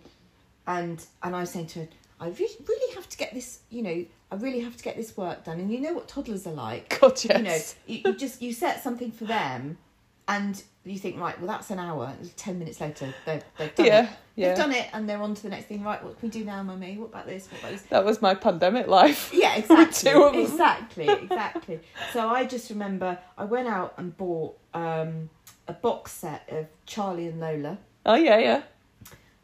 [SPEAKER 3] and and I was saying to her, I really, really have to get this, you know, I really have to get this work done, and you know what toddlers are like,
[SPEAKER 1] God,
[SPEAKER 3] you know,
[SPEAKER 1] yes.
[SPEAKER 3] you, you just you set something for them, and you think right well that's an hour ten minutes later they've, they've done
[SPEAKER 1] Yeah,
[SPEAKER 3] it
[SPEAKER 1] yeah.
[SPEAKER 3] they've done it and they're on to the next thing right what can we do now mummy what about this what about this
[SPEAKER 1] That was my pandemic life.
[SPEAKER 3] yeah exactly
[SPEAKER 1] two of 'em.
[SPEAKER 3] exactly exactly so i just remember i went out and bought um a box set of charlie and lola
[SPEAKER 1] Oh yeah, yeah,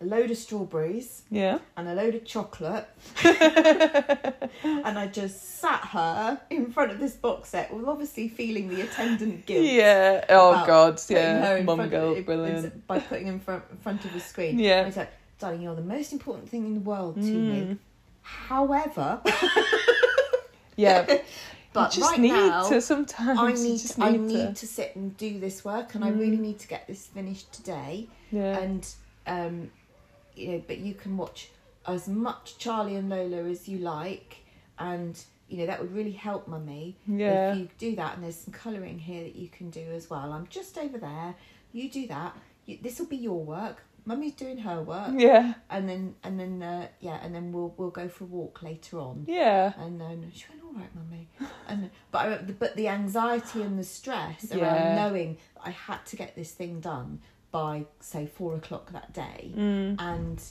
[SPEAKER 3] a load of strawberries
[SPEAKER 1] yeah.
[SPEAKER 3] and a load of chocolate. and I just sat her in front of this box set, well, obviously feeling the attendant guilt.
[SPEAKER 1] Yeah. Oh
[SPEAKER 3] about
[SPEAKER 1] God.
[SPEAKER 3] putting her
[SPEAKER 1] Yeah.
[SPEAKER 3] in
[SPEAKER 1] Mum
[SPEAKER 3] front-
[SPEAKER 1] guilt.
[SPEAKER 3] in-
[SPEAKER 1] Brilliant.
[SPEAKER 3] By putting in front, in front of the screen.
[SPEAKER 1] Yeah. Mm.
[SPEAKER 3] And it's like, darling, you're the most important thing in the world to me. However,
[SPEAKER 1] Yeah.
[SPEAKER 3] but
[SPEAKER 1] you just
[SPEAKER 3] right
[SPEAKER 1] need
[SPEAKER 3] now,
[SPEAKER 1] to sometimes.
[SPEAKER 3] I
[SPEAKER 1] You
[SPEAKER 3] need,
[SPEAKER 1] just
[SPEAKER 3] I
[SPEAKER 1] need Mm.
[SPEAKER 3] need to sit and do this work, and I really need to get this finished today.
[SPEAKER 1] Yeah.
[SPEAKER 3] And um, you know, but you can watch as much Charlie and Lola as you like, and you know that would really help Mummy
[SPEAKER 1] Yeah.
[SPEAKER 3] if you do that. And there's some colouring here that you can do as well. I'm just over there. You do that. You, this will be your work. Mummy's doing her work,
[SPEAKER 1] Yeah.
[SPEAKER 3] and then and then uh, yeah, and then we'll we'll go for a walk later on
[SPEAKER 1] Yeah.
[SPEAKER 3] and then she went all right mummy and but I, but the anxiety and the stress around
[SPEAKER 1] Yeah.
[SPEAKER 3] knowing that i had to get this thing done by say four o'clock that day
[SPEAKER 1] Mm,
[SPEAKER 3] and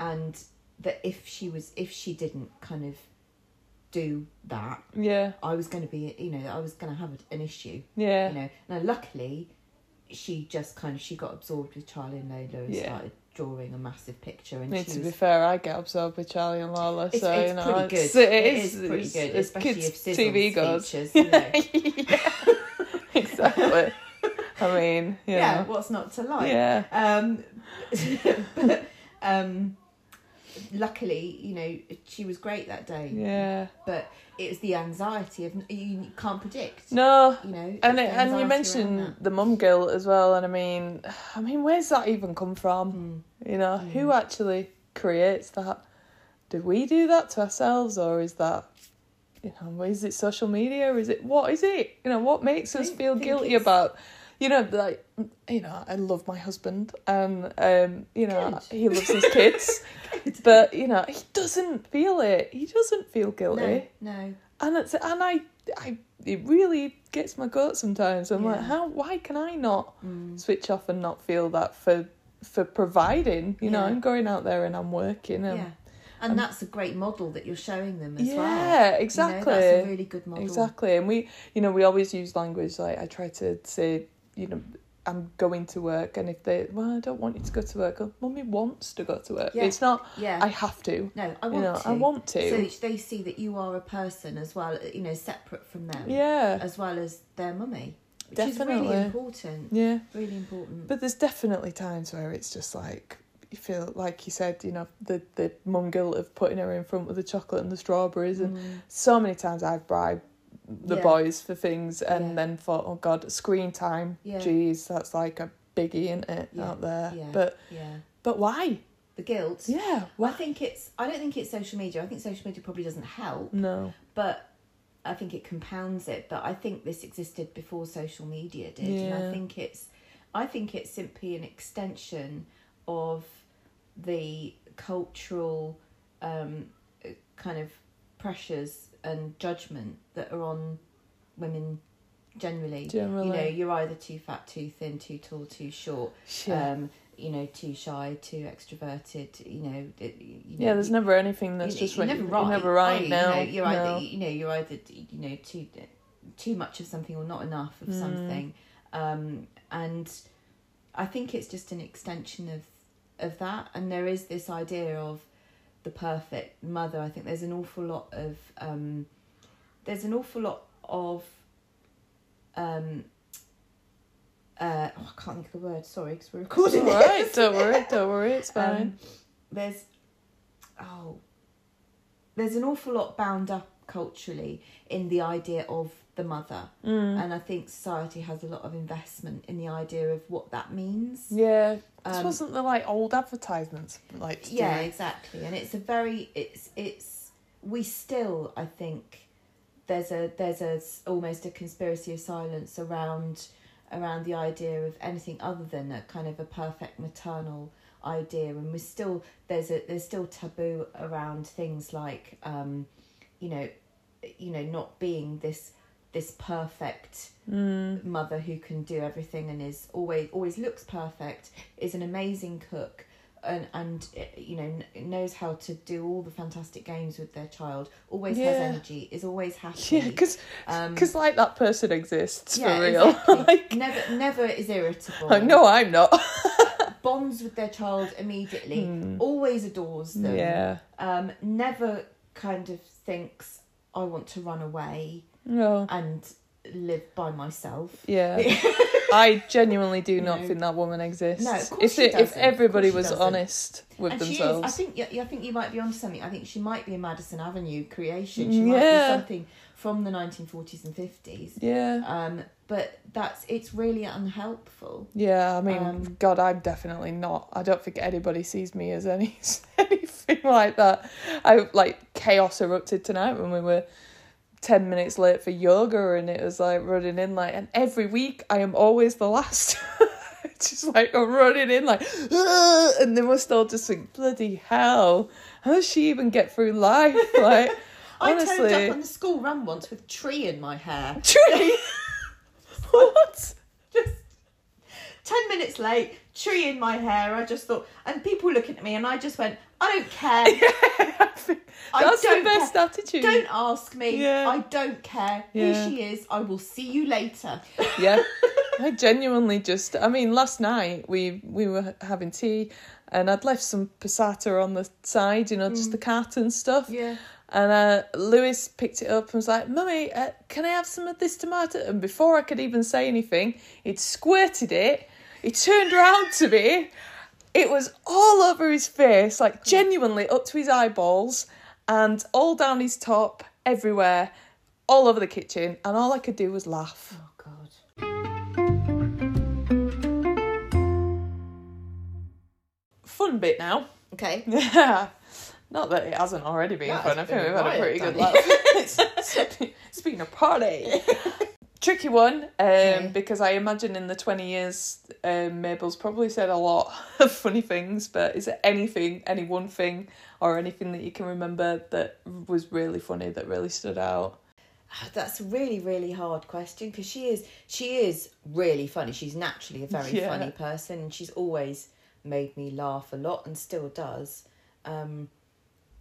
[SPEAKER 3] and that if she was if she didn't kind of do that
[SPEAKER 1] Yeah.
[SPEAKER 3] i was going to be you know i was going to have an issue
[SPEAKER 1] Yeah.
[SPEAKER 3] you know now luckily she just kind of she got absorbed with charlie and lola and
[SPEAKER 1] Yeah.
[SPEAKER 3] started drawing a massive picture and
[SPEAKER 1] I mean,
[SPEAKER 3] she
[SPEAKER 1] to
[SPEAKER 3] was
[SPEAKER 1] be fair, I get absorbed with Charlie and Lola,
[SPEAKER 3] it's,
[SPEAKER 1] so
[SPEAKER 3] it's
[SPEAKER 1] you know,
[SPEAKER 3] pretty
[SPEAKER 1] it's-
[SPEAKER 3] good.
[SPEAKER 1] it
[SPEAKER 3] it is pretty good,
[SPEAKER 1] it's
[SPEAKER 3] especially
[SPEAKER 1] kids'
[SPEAKER 3] if Sizzle's
[SPEAKER 1] TV goes.
[SPEAKER 3] features. You know.
[SPEAKER 1] exactly. I mean, you
[SPEAKER 3] yeah,
[SPEAKER 1] know.
[SPEAKER 3] what's not to like?
[SPEAKER 1] yeah,
[SPEAKER 3] Um, but, um, luckily, you know, she was great that day.
[SPEAKER 1] yeah.
[SPEAKER 3] But it was the anxiety of you can't predict.
[SPEAKER 1] No,
[SPEAKER 3] You know,
[SPEAKER 1] and it,
[SPEAKER 3] it's the
[SPEAKER 1] and you
[SPEAKER 3] anxiety around
[SPEAKER 1] mentioned the mum guilt as well, and I mean, I mean, where's that even come
[SPEAKER 3] Mm.
[SPEAKER 1] from? You know, who actually creates that? Did we do that to ourselves, or is that? You know, is it social media? Is it what is it? You know, what makes us
[SPEAKER 3] Think-
[SPEAKER 1] feel
[SPEAKER 3] think
[SPEAKER 1] guilty
[SPEAKER 3] it's-
[SPEAKER 1] about? You know, like you know, I love my husband, and um, you know,
[SPEAKER 3] Good.
[SPEAKER 1] he loves his kids, but you know, he doesn't feel it. He doesn't feel guilty
[SPEAKER 3] No, no.
[SPEAKER 1] and it's and I I it really gets my goat sometimes. I'm like,
[SPEAKER 3] Yeah. Mm.
[SPEAKER 1] how why can I not switch off and not feel that for for providing? You know,
[SPEAKER 3] Yeah.
[SPEAKER 1] I'm going out there and I'm working and
[SPEAKER 3] yeah. And that's a great model that you're showing them as
[SPEAKER 1] Um, yeah,
[SPEAKER 3] well.
[SPEAKER 1] exactly.
[SPEAKER 3] You know, that's a really good model.
[SPEAKER 1] Exactly, and we, you know, we always use language like I try to say, you know, I'm going to work, and if they, well, I don't want you to go to work. Go, Mummy wants to go to work.
[SPEAKER 3] Yeah.
[SPEAKER 1] It's not,
[SPEAKER 3] Yeah.
[SPEAKER 1] I have to.
[SPEAKER 3] No, I
[SPEAKER 1] You
[SPEAKER 3] want
[SPEAKER 1] know,
[SPEAKER 3] to.
[SPEAKER 1] I want to.
[SPEAKER 3] So they see that you are a person as well, you know, separate from them.
[SPEAKER 1] Yeah.
[SPEAKER 3] As well as their mummy. Which is
[SPEAKER 1] Definitely.
[SPEAKER 3] really important.
[SPEAKER 1] Yeah.
[SPEAKER 3] Really important.
[SPEAKER 1] But there's definitely times where it's just like you feel like you said, you know, the the mum guilt of putting her in front of the chocolate and the strawberries, and so many times I've bribed the
[SPEAKER 3] Mm. Yeah.
[SPEAKER 1] boys for things, and
[SPEAKER 3] Yeah.
[SPEAKER 1] then thought, oh god, screen time,
[SPEAKER 3] Yeah.
[SPEAKER 1] geez, that's like a biggie, isn't it,
[SPEAKER 3] Yeah,
[SPEAKER 1] out there?
[SPEAKER 3] yeah,
[SPEAKER 1] But
[SPEAKER 3] yeah.
[SPEAKER 1] but why?
[SPEAKER 3] The guilt.
[SPEAKER 1] Yeah,
[SPEAKER 3] I
[SPEAKER 1] why?
[SPEAKER 3] think it's I don't think it's social media. I think social media probably doesn't help,
[SPEAKER 1] No.
[SPEAKER 3] but I think it compounds it. But I think this existed before social media did. And
[SPEAKER 1] Yeah.
[SPEAKER 3] I think it's I think it's simply an extension of the cultural um, uh, kind of pressures and judgment that are on women generally. You know,
[SPEAKER 1] Generally.
[SPEAKER 3] you're either too fat, too thin, too tall, too short.
[SPEAKER 1] Yeah.
[SPEAKER 3] Um, you know, too shy, too extroverted. You know, it- you know
[SPEAKER 1] yeah, there's
[SPEAKER 3] you-
[SPEAKER 1] never anything that's
[SPEAKER 3] you-
[SPEAKER 1] just
[SPEAKER 3] you're
[SPEAKER 1] right.
[SPEAKER 3] never
[SPEAKER 1] you're
[SPEAKER 3] right.
[SPEAKER 1] never right
[SPEAKER 3] are you?
[SPEAKER 1] now.
[SPEAKER 3] You know, you're
[SPEAKER 1] no.
[SPEAKER 3] either you know you're either you know too too much of something or not enough
[SPEAKER 1] Mm.
[SPEAKER 3] of something, um, and I think it's just an extension of of that. And there is this idea of the perfect mother. I think there's an awful lot of um, there's an awful lot of um, uh, oh, I can't think of the word. Sorry, because we're
[SPEAKER 1] It's
[SPEAKER 3] recording.
[SPEAKER 1] all
[SPEAKER 3] this.
[SPEAKER 1] right, don't worry, don't worry, it's fine.
[SPEAKER 3] Um, there's oh there's an awful lot bound up culturally in the idea of the mother
[SPEAKER 1] Mm.
[SPEAKER 3] and i think society has a lot of investment in the idea of what that means
[SPEAKER 1] yeah, this
[SPEAKER 3] um,
[SPEAKER 1] wasn't the like old advertisements, like to do
[SPEAKER 3] yeah
[SPEAKER 1] with
[SPEAKER 3] exactly and it's a very it's it's we still i think there's a there's a s- almost a conspiracy of silence around around the idea of anything other than a kind of a perfect maternal idea and we're still there's a there's still taboo around things like um you know you know not being this this perfect
[SPEAKER 1] Mm.
[SPEAKER 3] mother who can do everything and is always always looks perfect, is an amazing cook, and and eh, you know kn- knows how to do all the fantastic games with their child. Always has
[SPEAKER 1] Yeah.
[SPEAKER 3] energy. Is always happy.
[SPEAKER 1] Yeah, because
[SPEAKER 3] Um,
[SPEAKER 1] like that person exists
[SPEAKER 3] yeah,
[SPEAKER 1] for real.
[SPEAKER 3] exactly.
[SPEAKER 1] like,
[SPEAKER 3] never never is irritable.
[SPEAKER 1] I know I'm not.
[SPEAKER 3] bonds with their child immediately. Always adores them.
[SPEAKER 1] Hmm. Yeah.
[SPEAKER 3] Um, never kind of thinks I want to run away
[SPEAKER 1] No.
[SPEAKER 3] and live by myself.
[SPEAKER 1] Yeah. I genuinely do not
[SPEAKER 3] know.
[SPEAKER 1] think that woman exists.
[SPEAKER 3] No, of course
[SPEAKER 1] if
[SPEAKER 3] she
[SPEAKER 1] it- if
[SPEAKER 3] doesn't. Of
[SPEAKER 1] everybody
[SPEAKER 3] course
[SPEAKER 1] was
[SPEAKER 3] she doesn't.
[SPEAKER 1] honest with
[SPEAKER 3] and she is. I
[SPEAKER 1] themselves.
[SPEAKER 3] think. Yeah, I think you might be onto something. I think she might be a Madison Avenue creation. She might be
[SPEAKER 1] Yeah.
[SPEAKER 3] something from the 1940s and 50s.
[SPEAKER 1] yeah.
[SPEAKER 3] Um, but that's it's really unhelpful.
[SPEAKER 1] Yeah, I mean,
[SPEAKER 3] um,
[SPEAKER 1] God, I'm definitely not. I don't think anybody sees me as any anything like that. I like chaos erupted tonight when we were ten minutes late for yoga, and it was like running in like. And every week, I am always the last. just like I'm running in like, "Ugh," and they must all just think, bloody hell, how does she even get through life? Like,
[SPEAKER 3] I turned
[SPEAKER 1] honestly,
[SPEAKER 3] up on the school run once with tree in my hair.
[SPEAKER 1] tree. what?
[SPEAKER 3] just 10 minutes late, tree in my hair. I just thought, and people looking at me, and I just went, I don't care.
[SPEAKER 1] I think
[SPEAKER 3] I
[SPEAKER 1] That's the
[SPEAKER 3] don't
[SPEAKER 1] best
[SPEAKER 3] care.
[SPEAKER 1] attitude.
[SPEAKER 3] Don't ask me.
[SPEAKER 1] Yeah.
[SPEAKER 3] I don't care.
[SPEAKER 1] Yeah. Oh,
[SPEAKER 3] Here she is. I will see you later.
[SPEAKER 1] yeah i genuinely just i mean last night we we were having tea and i'd left some passata on the side you know just the carton stuff
[SPEAKER 3] Yeah.
[SPEAKER 1] and uh, Lewis picked it up and was like, Mummy, uh, can I have some of this tomato? And before I could even say anything, he'd squirted it. He turned around to me. It was all over his face, like genuinely up to his eyeballs and all down his top, everywhere, all over the kitchen. And all I could do was laugh.
[SPEAKER 3] Oh, God.
[SPEAKER 1] fun bit now.
[SPEAKER 3] Okay.
[SPEAKER 1] Yeah. Not that it hasn't already been
[SPEAKER 3] Yeah,
[SPEAKER 1] fun.
[SPEAKER 3] it's
[SPEAKER 1] I think
[SPEAKER 3] been
[SPEAKER 1] we've
[SPEAKER 3] a
[SPEAKER 1] had a
[SPEAKER 3] riot,
[SPEAKER 1] pretty good
[SPEAKER 3] Danny.
[SPEAKER 1] laugh. It's- it's- it's been a party. Tricky one, um, because I imagine in the 20 years, um, Mabel's probably said a lot of funny things, but is there anything, any one thing, or anything that you can remember that was really funny, that really stood out?
[SPEAKER 3] Oh, That's a really, really hard question because she is she is really funny. She's naturally a very
[SPEAKER 1] Yeah.
[SPEAKER 3] funny person, and she's always made me laugh a lot, and still does. Um,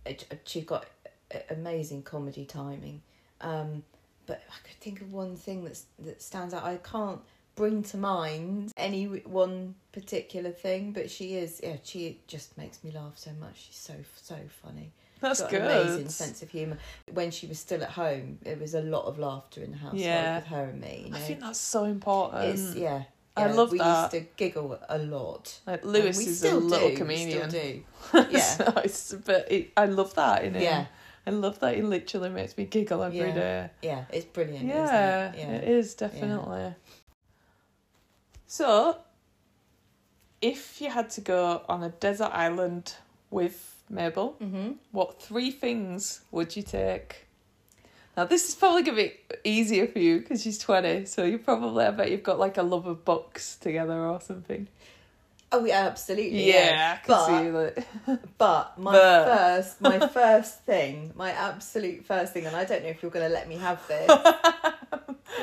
[SPEAKER 3] it, she got a- amazing comedy timing, um, but I could think of one thing that's that stands out. I can't bring to mind any one particular thing, but she is yeah. She just makes me laugh so much. She's so so funny
[SPEAKER 1] That's
[SPEAKER 3] got
[SPEAKER 1] good.
[SPEAKER 3] An amazing sense of humour. When she was still at home, there was a lot of laughter in the house
[SPEAKER 1] Yeah.
[SPEAKER 3] with her and me. You know?
[SPEAKER 1] I think that's so important.
[SPEAKER 3] it's yeah.
[SPEAKER 1] I
[SPEAKER 3] yeah,
[SPEAKER 1] love
[SPEAKER 3] we
[SPEAKER 1] that.
[SPEAKER 3] used to giggle a lot.
[SPEAKER 1] Like
[SPEAKER 3] And
[SPEAKER 1] Lewis
[SPEAKER 3] we
[SPEAKER 1] is a
[SPEAKER 3] still
[SPEAKER 1] little
[SPEAKER 3] do, we
[SPEAKER 1] comedian.
[SPEAKER 3] Still do.
[SPEAKER 1] yeah.
[SPEAKER 3] Yeah.
[SPEAKER 1] but it, I love that in him.
[SPEAKER 3] Yeah.
[SPEAKER 1] I love that he literally makes me giggle every day.
[SPEAKER 3] Yeah. Yeah, it's brilliant.
[SPEAKER 1] Yeah,
[SPEAKER 3] isn't it?
[SPEAKER 1] it is definitely. So, if you had to go on a desert island with Mabel,
[SPEAKER 3] Mm-hmm.
[SPEAKER 1] what three things would you take? Now, this is probably going to be easier for you because she's 20, so you probably, I bet you've got like a love of books together or something.
[SPEAKER 3] Oh yeah, absolutely.
[SPEAKER 1] Yeah, I
[SPEAKER 3] but
[SPEAKER 1] can see that.
[SPEAKER 3] but my
[SPEAKER 1] But.
[SPEAKER 3] first, my first thing, my absolute first thing, and I don't know if you're going to let me have this,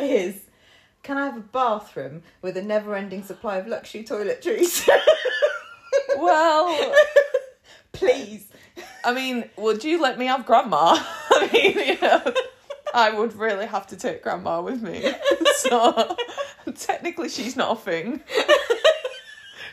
[SPEAKER 3] is can I have a bathroom with a never-ending supply of luxury toiletries?
[SPEAKER 1] Well,
[SPEAKER 3] Please.
[SPEAKER 1] I mean, would you let me have grandma? I mean, you know, I would really have to take grandma with me. So technically, she's not a thing.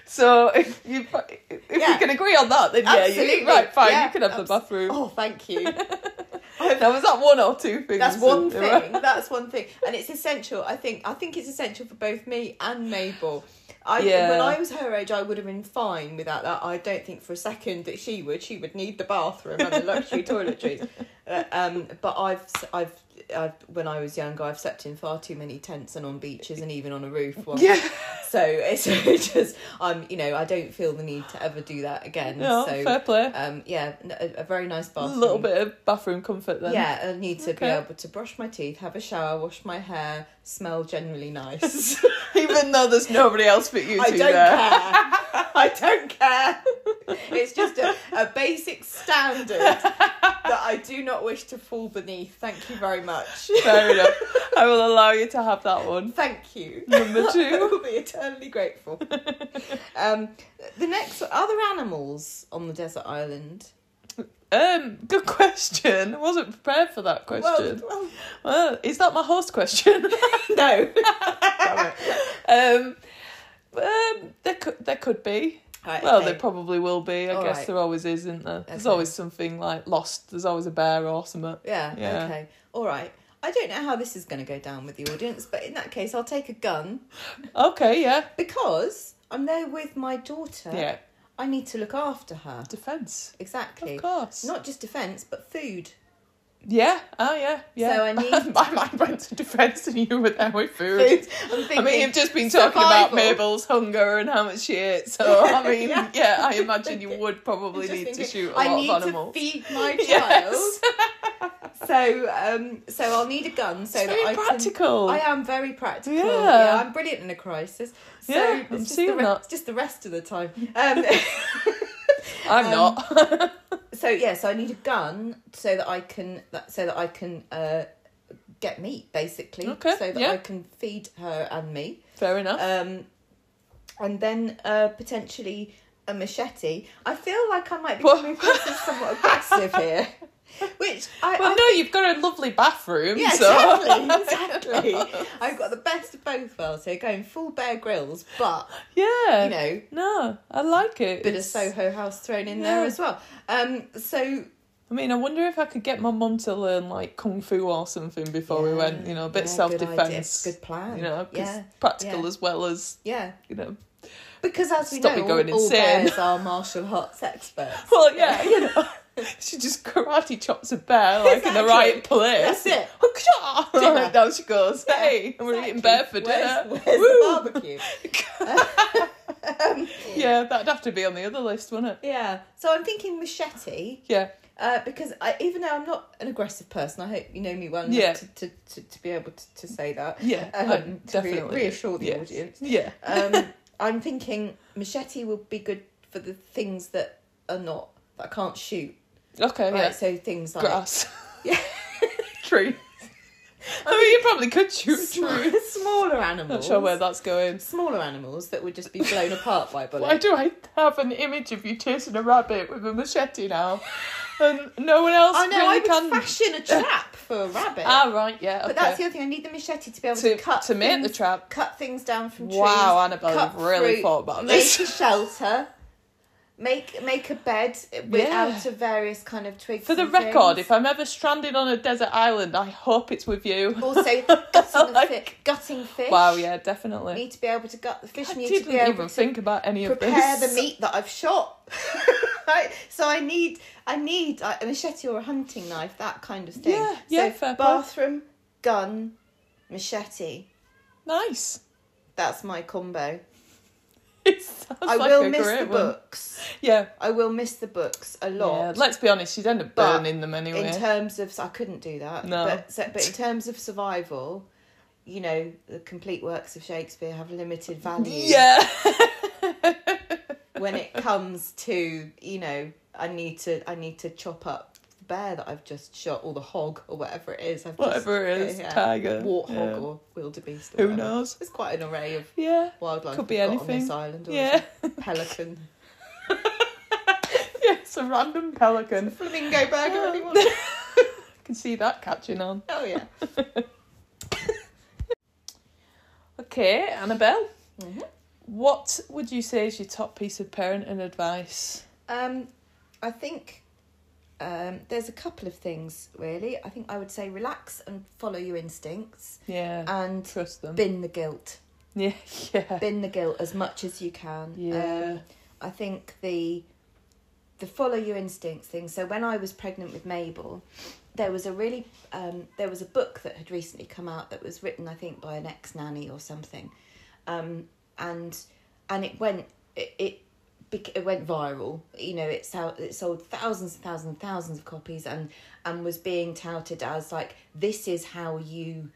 [SPEAKER 1] So if you if
[SPEAKER 3] Yeah.
[SPEAKER 1] we can agree on that, then yeah,
[SPEAKER 3] Absolutely.
[SPEAKER 1] you, right, fine,
[SPEAKER 3] Yeah,
[SPEAKER 1] you can have
[SPEAKER 3] abs-
[SPEAKER 1] the bathroom.
[SPEAKER 3] Oh, thank you.
[SPEAKER 1] Now was that one or two things?
[SPEAKER 3] That's one
[SPEAKER 1] that they were-
[SPEAKER 3] thing. That's one thing, and it's essential. I think. I think it's essential for both me and Mabel. I
[SPEAKER 1] Yeah.
[SPEAKER 3] when I was her age, I would have been fine without that. I don't think for a second that she would. She would need the bathroom and the luxury toiletries. Uh, um, but I've, I've, I've, when I was younger, I've slept in far too many tents and on beaches and even on a roof. Once.
[SPEAKER 1] Yeah.
[SPEAKER 3] So it's just, I'm, you know, I don't feel the need to ever do that again.
[SPEAKER 1] No,
[SPEAKER 3] so
[SPEAKER 1] fair play.
[SPEAKER 3] um, yeah, n- a, a very nice
[SPEAKER 1] A
[SPEAKER 3] bathroom.
[SPEAKER 1] little bit of bathroom comfort then.
[SPEAKER 3] Yeah, I need to
[SPEAKER 1] Okay.
[SPEAKER 3] be able to brush my teeth, have a shower, wash my hair, smell generally nice.
[SPEAKER 1] Even though there's nobody else but you two
[SPEAKER 3] I don't
[SPEAKER 1] there.
[SPEAKER 3] care. I don't care. it's just a, a basic standard that I do not wish to fall beneath. Thank you very much.
[SPEAKER 1] Fair enough. I will allow you to have that one.
[SPEAKER 3] Thank you.
[SPEAKER 1] Number two.
[SPEAKER 3] I will be eternally grateful. um, the next are there animals on the desert island?
[SPEAKER 1] Um, good question. I wasn't prepared for that question.
[SPEAKER 3] Well, well,
[SPEAKER 1] Well, is that my host question?
[SPEAKER 3] no.
[SPEAKER 1] um, um, there could there could be.
[SPEAKER 3] Right,
[SPEAKER 1] Well,
[SPEAKER 3] Uh, okay.
[SPEAKER 1] there probably will be. I
[SPEAKER 3] All
[SPEAKER 1] guess
[SPEAKER 3] right.
[SPEAKER 1] there always is, isn't there? There's
[SPEAKER 3] Okay.
[SPEAKER 1] always something like lost. There's always a bear or something.
[SPEAKER 3] Yeah,
[SPEAKER 1] Yeah.
[SPEAKER 3] Okay. All right. I don't know how this is going to go down with the audience, but in that case, I'll take a gun
[SPEAKER 1] Okay, yeah,
[SPEAKER 3] because I'm there with my daughter.
[SPEAKER 1] yeah.
[SPEAKER 3] I need to look after her.
[SPEAKER 1] Defense,
[SPEAKER 3] Exactly.
[SPEAKER 1] of course.
[SPEAKER 3] Not just defence, but food.
[SPEAKER 1] Yeah. Oh, yeah. Yeah.
[SPEAKER 3] So I need-
[SPEAKER 1] my mind went to defense, and you were there with food.
[SPEAKER 3] Food. I'm thinking.
[SPEAKER 1] I mean, you've just been talking about
[SPEAKER 3] survival.
[SPEAKER 1] Mabel's hunger and how much she ate. So I mean, yeah.
[SPEAKER 3] Yeah.
[SPEAKER 1] I imagine you would probably
[SPEAKER 3] Just
[SPEAKER 1] need
[SPEAKER 3] thinking,
[SPEAKER 1] to shoot a
[SPEAKER 3] I
[SPEAKER 1] lot
[SPEAKER 3] need
[SPEAKER 1] of animals.
[SPEAKER 3] to feed my child.
[SPEAKER 1] Yes.
[SPEAKER 3] So, um, so I'll need a gun so
[SPEAKER 1] It's
[SPEAKER 3] that
[SPEAKER 1] very
[SPEAKER 3] I
[SPEAKER 1] practical.
[SPEAKER 3] Can, I am very practical.
[SPEAKER 1] Yeah.
[SPEAKER 3] Yeah. I'm brilliant in a crisis. So
[SPEAKER 1] Yeah,
[SPEAKER 3] it's
[SPEAKER 1] I'm
[SPEAKER 3] just
[SPEAKER 1] seeing
[SPEAKER 3] the re-
[SPEAKER 1] that.
[SPEAKER 3] it's just the rest of the time. Um,
[SPEAKER 1] I'm
[SPEAKER 3] um,
[SPEAKER 1] not.
[SPEAKER 3] So yeah, so I need a gun so that I can that, so that I can uh, get meat basically.
[SPEAKER 1] Okay,
[SPEAKER 3] So that
[SPEAKER 1] yeah.
[SPEAKER 3] I can feed her and me.
[SPEAKER 1] Fair enough.
[SPEAKER 3] Um, and then uh, potentially a machete. I feel like I might be
[SPEAKER 1] Well-
[SPEAKER 3] coming across as somewhat aggressive here, which I.
[SPEAKER 1] well,
[SPEAKER 3] I
[SPEAKER 1] no, you've got a lovely bathroom.
[SPEAKER 3] yeah,
[SPEAKER 1] so.
[SPEAKER 3] exactly, exactly. I've got the best of both worlds here, going full bear grills, but
[SPEAKER 1] Yeah.
[SPEAKER 3] you know,
[SPEAKER 1] No, I like it.
[SPEAKER 3] bit of
[SPEAKER 1] Um, It's-
[SPEAKER 3] Soho House thrown in
[SPEAKER 1] Yeah.
[SPEAKER 3] there as well. Um, so
[SPEAKER 1] I mean, I wonder if I could get my mum to learn like kung fu or something before we
[SPEAKER 3] Yeah,
[SPEAKER 1] went. You know, a bit
[SPEAKER 3] yeah,
[SPEAKER 1] self
[SPEAKER 3] good idea.
[SPEAKER 1] defense.
[SPEAKER 3] Good plan.
[SPEAKER 1] You know, 'cause
[SPEAKER 3] yeah,
[SPEAKER 1] practical
[SPEAKER 3] yeah.
[SPEAKER 1] as well as
[SPEAKER 3] yeah.
[SPEAKER 1] you know.
[SPEAKER 3] Because as we
[SPEAKER 1] Stop
[SPEAKER 3] know,
[SPEAKER 1] me going
[SPEAKER 3] all, all
[SPEAKER 1] insane.
[SPEAKER 3] bears are martial arts experts.
[SPEAKER 1] Well, yeah, you know. She just karate chops a bear like in the
[SPEAKER 3] Exactly.
[SPEAKER 1] right place.
[SPEAKER 3] That's it.
[SPEAKER 1] Hukshah!
[SPEAKER 3] Dinner.
[SPEAKER 1] Like, down she goes. Hey, and we're eating bear for
[SPEAKER 3] Exactly.
[SPEAKER 1] dinner.
[SPEAKER 3] Where's,
[SPEAKER 1] Woo!
[SPEAKER 3] where's the barbecue? Um,
[SPEAKER 1] Yeah, that'd have to be on the other list, wouldn't it?
[SPEAKER 3] yeah. So I'm thinking machete
[SPEAKER 1] Yeah,
[SPEAKER 3] uh, because I, even though I'm not an aggressive person, I hope you know me well enough
[SPEAKER 1] Yeah.
[SPEAKER 3] to, to, to, to be able to, to say that.
[SPEAKER 1] yeah,
[SPEAKER 3] Um,
[SPEAKER 1] I'd
[SPEAKER 3] to re-
[SPEAKER 1] definitely
[SPEAKER 3] reassure the
[SPEAKER 1] yeah.
[SPEAKER 3] audience.
[SPEAKER 1] Yeah,
[SPEAKER 3] Um, I'm thinking machete will be good for the things that are not that I can't shoot.
[SPEAKER 1] okay,
[SPEAKER 3] Right.
[SPEAKER 1] Oh, yeah.
[SPEAKER 3] So things like
[SPEAKER 1] Grass,
[SPEAKER 3] Yeah.
[SPEAKER 1] tree. I mean, you probably could shoot a tree.
[SPEAKER 3] Sm- smaller animals.
[SPEAKER 1] Not sure where that's going.
[SPEAKER 3] Smaller animals that would just be blown apart by bullets.
[SPEAKER 1] Why do I have an image of you chasing a rabbit with a machete now, and no one else
[SPEAKER 3] I know
[SPEAKER 1] really
[SPEAKER 3] I would
[SPEAKER 1] can?
[SPEAKER 3] fashion a trap for a rabbit.
[SPEAKER 1] ah, right, yeah. Okay.
[SPEAKER 3] But that's the other thing. I need the machete to be able to,
[SPEAKER 1] to
[SPEAKER 3] cut
[SPEAKER 1] to make
[SPEAKER 3] things,
[SPEAKER 1] the trap.
[SPEAKER 3] cut things down from trees.
[SPEAKER 1] Wow, Annabelle,
[SPEAKER 3] cut
[SPEAKER 1] you've really
[SPEAKER 3] fruit,
[SPEAKER 1] thought about
[SPEAKER 3] make
[SPEAKER 1] this.
[SPEAKER 3] a shelter. Make make a bed with
[SPEAKER 1] Yeah.
[SPEAKER 3] out of various kind of twigs.
[SPEAKER 1] For the
[SPEAKER 3] and
[SPEAKER 1] record,
[SPEAKER 3] things.
[SPEAKER 1] if I'm ever stranded on a desert island, I hope it's with you.
[SPEAKER 3] also gutting, the fi-
[SPEAKER 1] Like-
[SPEAKER 3] gutting fish.
[SPEAKER 1] Wow, yeah, definitely.
[SPEAKER 3] Need to be able to gut the fish.
[SPEAKER 1] I
[SPEAKER 3] need
[SPEAKER 1] didn't
[SPEAKER 3] to be able
[SPEAKER 1] even
[SPEAKER 3] to
[SPEAKER 1] think about any of this.
[SPEAKER 3] prepare the meat that I've shot. right? So I need I need like, a machete or a hunting knife, that kind of thing.
[SPEAKER 1] Yeah, yeah,
[SPEAKER 3] so
[SPEAKER 1] fair play.
[SPEAKER 3] bathroom, gun, machete.
[SPEAKER 1] Nice.
[SPEAKER 3] That's my combo.
[SPEAKER 1] It sounds
[SPEAKER 3] I
[SPEAKER 1] like
[SPEAKER 3] will
[SPEAKER 1] a
[SPEAKER 3] miss
[SPEAKER 1] great
[SPEAKER 3] the
[SPEAKER 1] one.
[SPEAKER 3] books.
[SPEAKER 1] Yeah,
[SPEAKER 3] I will miss the books a
[SPEAKER 1] yeah.
[SPEAKER 3] lot.
[SPEAKER 1] Let's be honest, you'd end up
[SPEAKER 3] But
[SPEAKER 1] burning them anyway.
[SPEAKER 3] in terms of I couldn't do that.
[SPEAKER 1] No.
[SPEAKER 3] But so- but in terms of survival, you know, the complete works of Shakespeare have limited value
[SPEAKER 1] yeah.
[SPEAKER 3] when it comes to, you know, I need to I need to chop up the bear that I've just shot or the hog or whatever it is. I've
[SPEAKER 1] Whatever it
[SPEAKER 3] just,
[SPEAKER 1] is, tiger,
[SPEAKER 3] Warthog
[SPEAKER 1] yeah.
[SPEAKER 3] or wildebeest or
[SPEAKER 1] Who
[SPEAKER 3] whatever.
[SPEAKER 1] knows?
[SPEAKER 3] There's quite an array of
[SPEAKER 1] Yeah.
[SPEAKER 3] wildlife
[SPEAKER 1] Could be
[SPEAKER 3] we've got
[SPEAKER 1] anything.
[SPEAKER 3] on this island or
[SPEAKER 1] Yeah.
[SPEAKER 3] pelican.
[SPEAKER 1] yeah, it's a random pelican.
[SPEAKER 3] Flamingo burger anyone?
[SPEAKER 1] can see that catching on.
[SPEAKER 3] oh yeah.
[SPEAKER 1] Okay, Annabelle.
[SPEAKER 3] Mhm.
[SPEAKER 1] What would you say is your top piece of parenting advice?
[SPEAKER 3] Um, I think um, there's a couple of things really. I think I would say relax and follow your instincts
[SPEAKER 1] Yeah.
[SPEAKER 3] and
[SPEAKER 1] trust them.
[SPEAKER 3] bin the guilt.
[SPEAKER 1] yeah, yeah.
[SPEAKER 3] Bin the guilt as much as you can.
[SPEAKER 1] Yeah.
[SPEAKER 3] Um, I think the the follow your instincts thing. So when I was pregnant with Mabel, there was a really um, there was a book that had recently come out that was written I think by an ex nanny or something, um, and and it went it. it bec- it went viral, you know. It sold, it sold thousands and thousands and thousands of copies, and and was being touted as like this is how you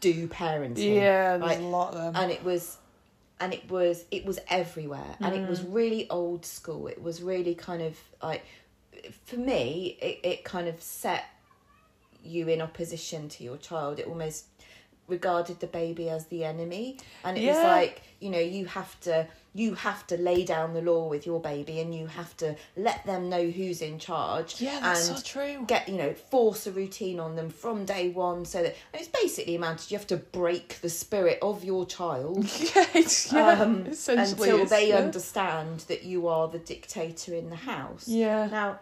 [SPEAKER 3] do parenting.
[SPEAKER 1] Yeah, there's
[SPEAKER 3] Right?
[SPEAKER 1] a lot of them.
[SPEAKER 3] and it was and it was it was everywhere and it was
[SPEAKER 1] Mm.
[SPEAKER 3] really old school it was really kind of like for me it, it kind of set you in opposition to your child it almost regarded the baby as the enemy and it was
[SPEAKER 1] Yeah.
[SPEAKER 3] like you know you have to you have to lay down the law with your baby and you have to let them know who's in charge
[SPEAKER 1] Yeah, that's
[SPEAKER 3] and
[SPEAKER 1] so true.
[SPEAKER 3] get you know force a routine on them from day one so that and it's basically amounted you have to break the spirit of your child
[SPEAKER 1] yeah, it's, yeah
[SPEAKER 3] um,
[SPEAKER 1] essentially
[SPEAKER 3] until
[SPEAKER 1] it's-
[SPEAKER 3] they
[SPEAKER 1] yeah.
[SPEAKER 3] understand that you are the dictator in the house.
[SPEAKER 1] Yeah.
[SPEAKER 3] Now,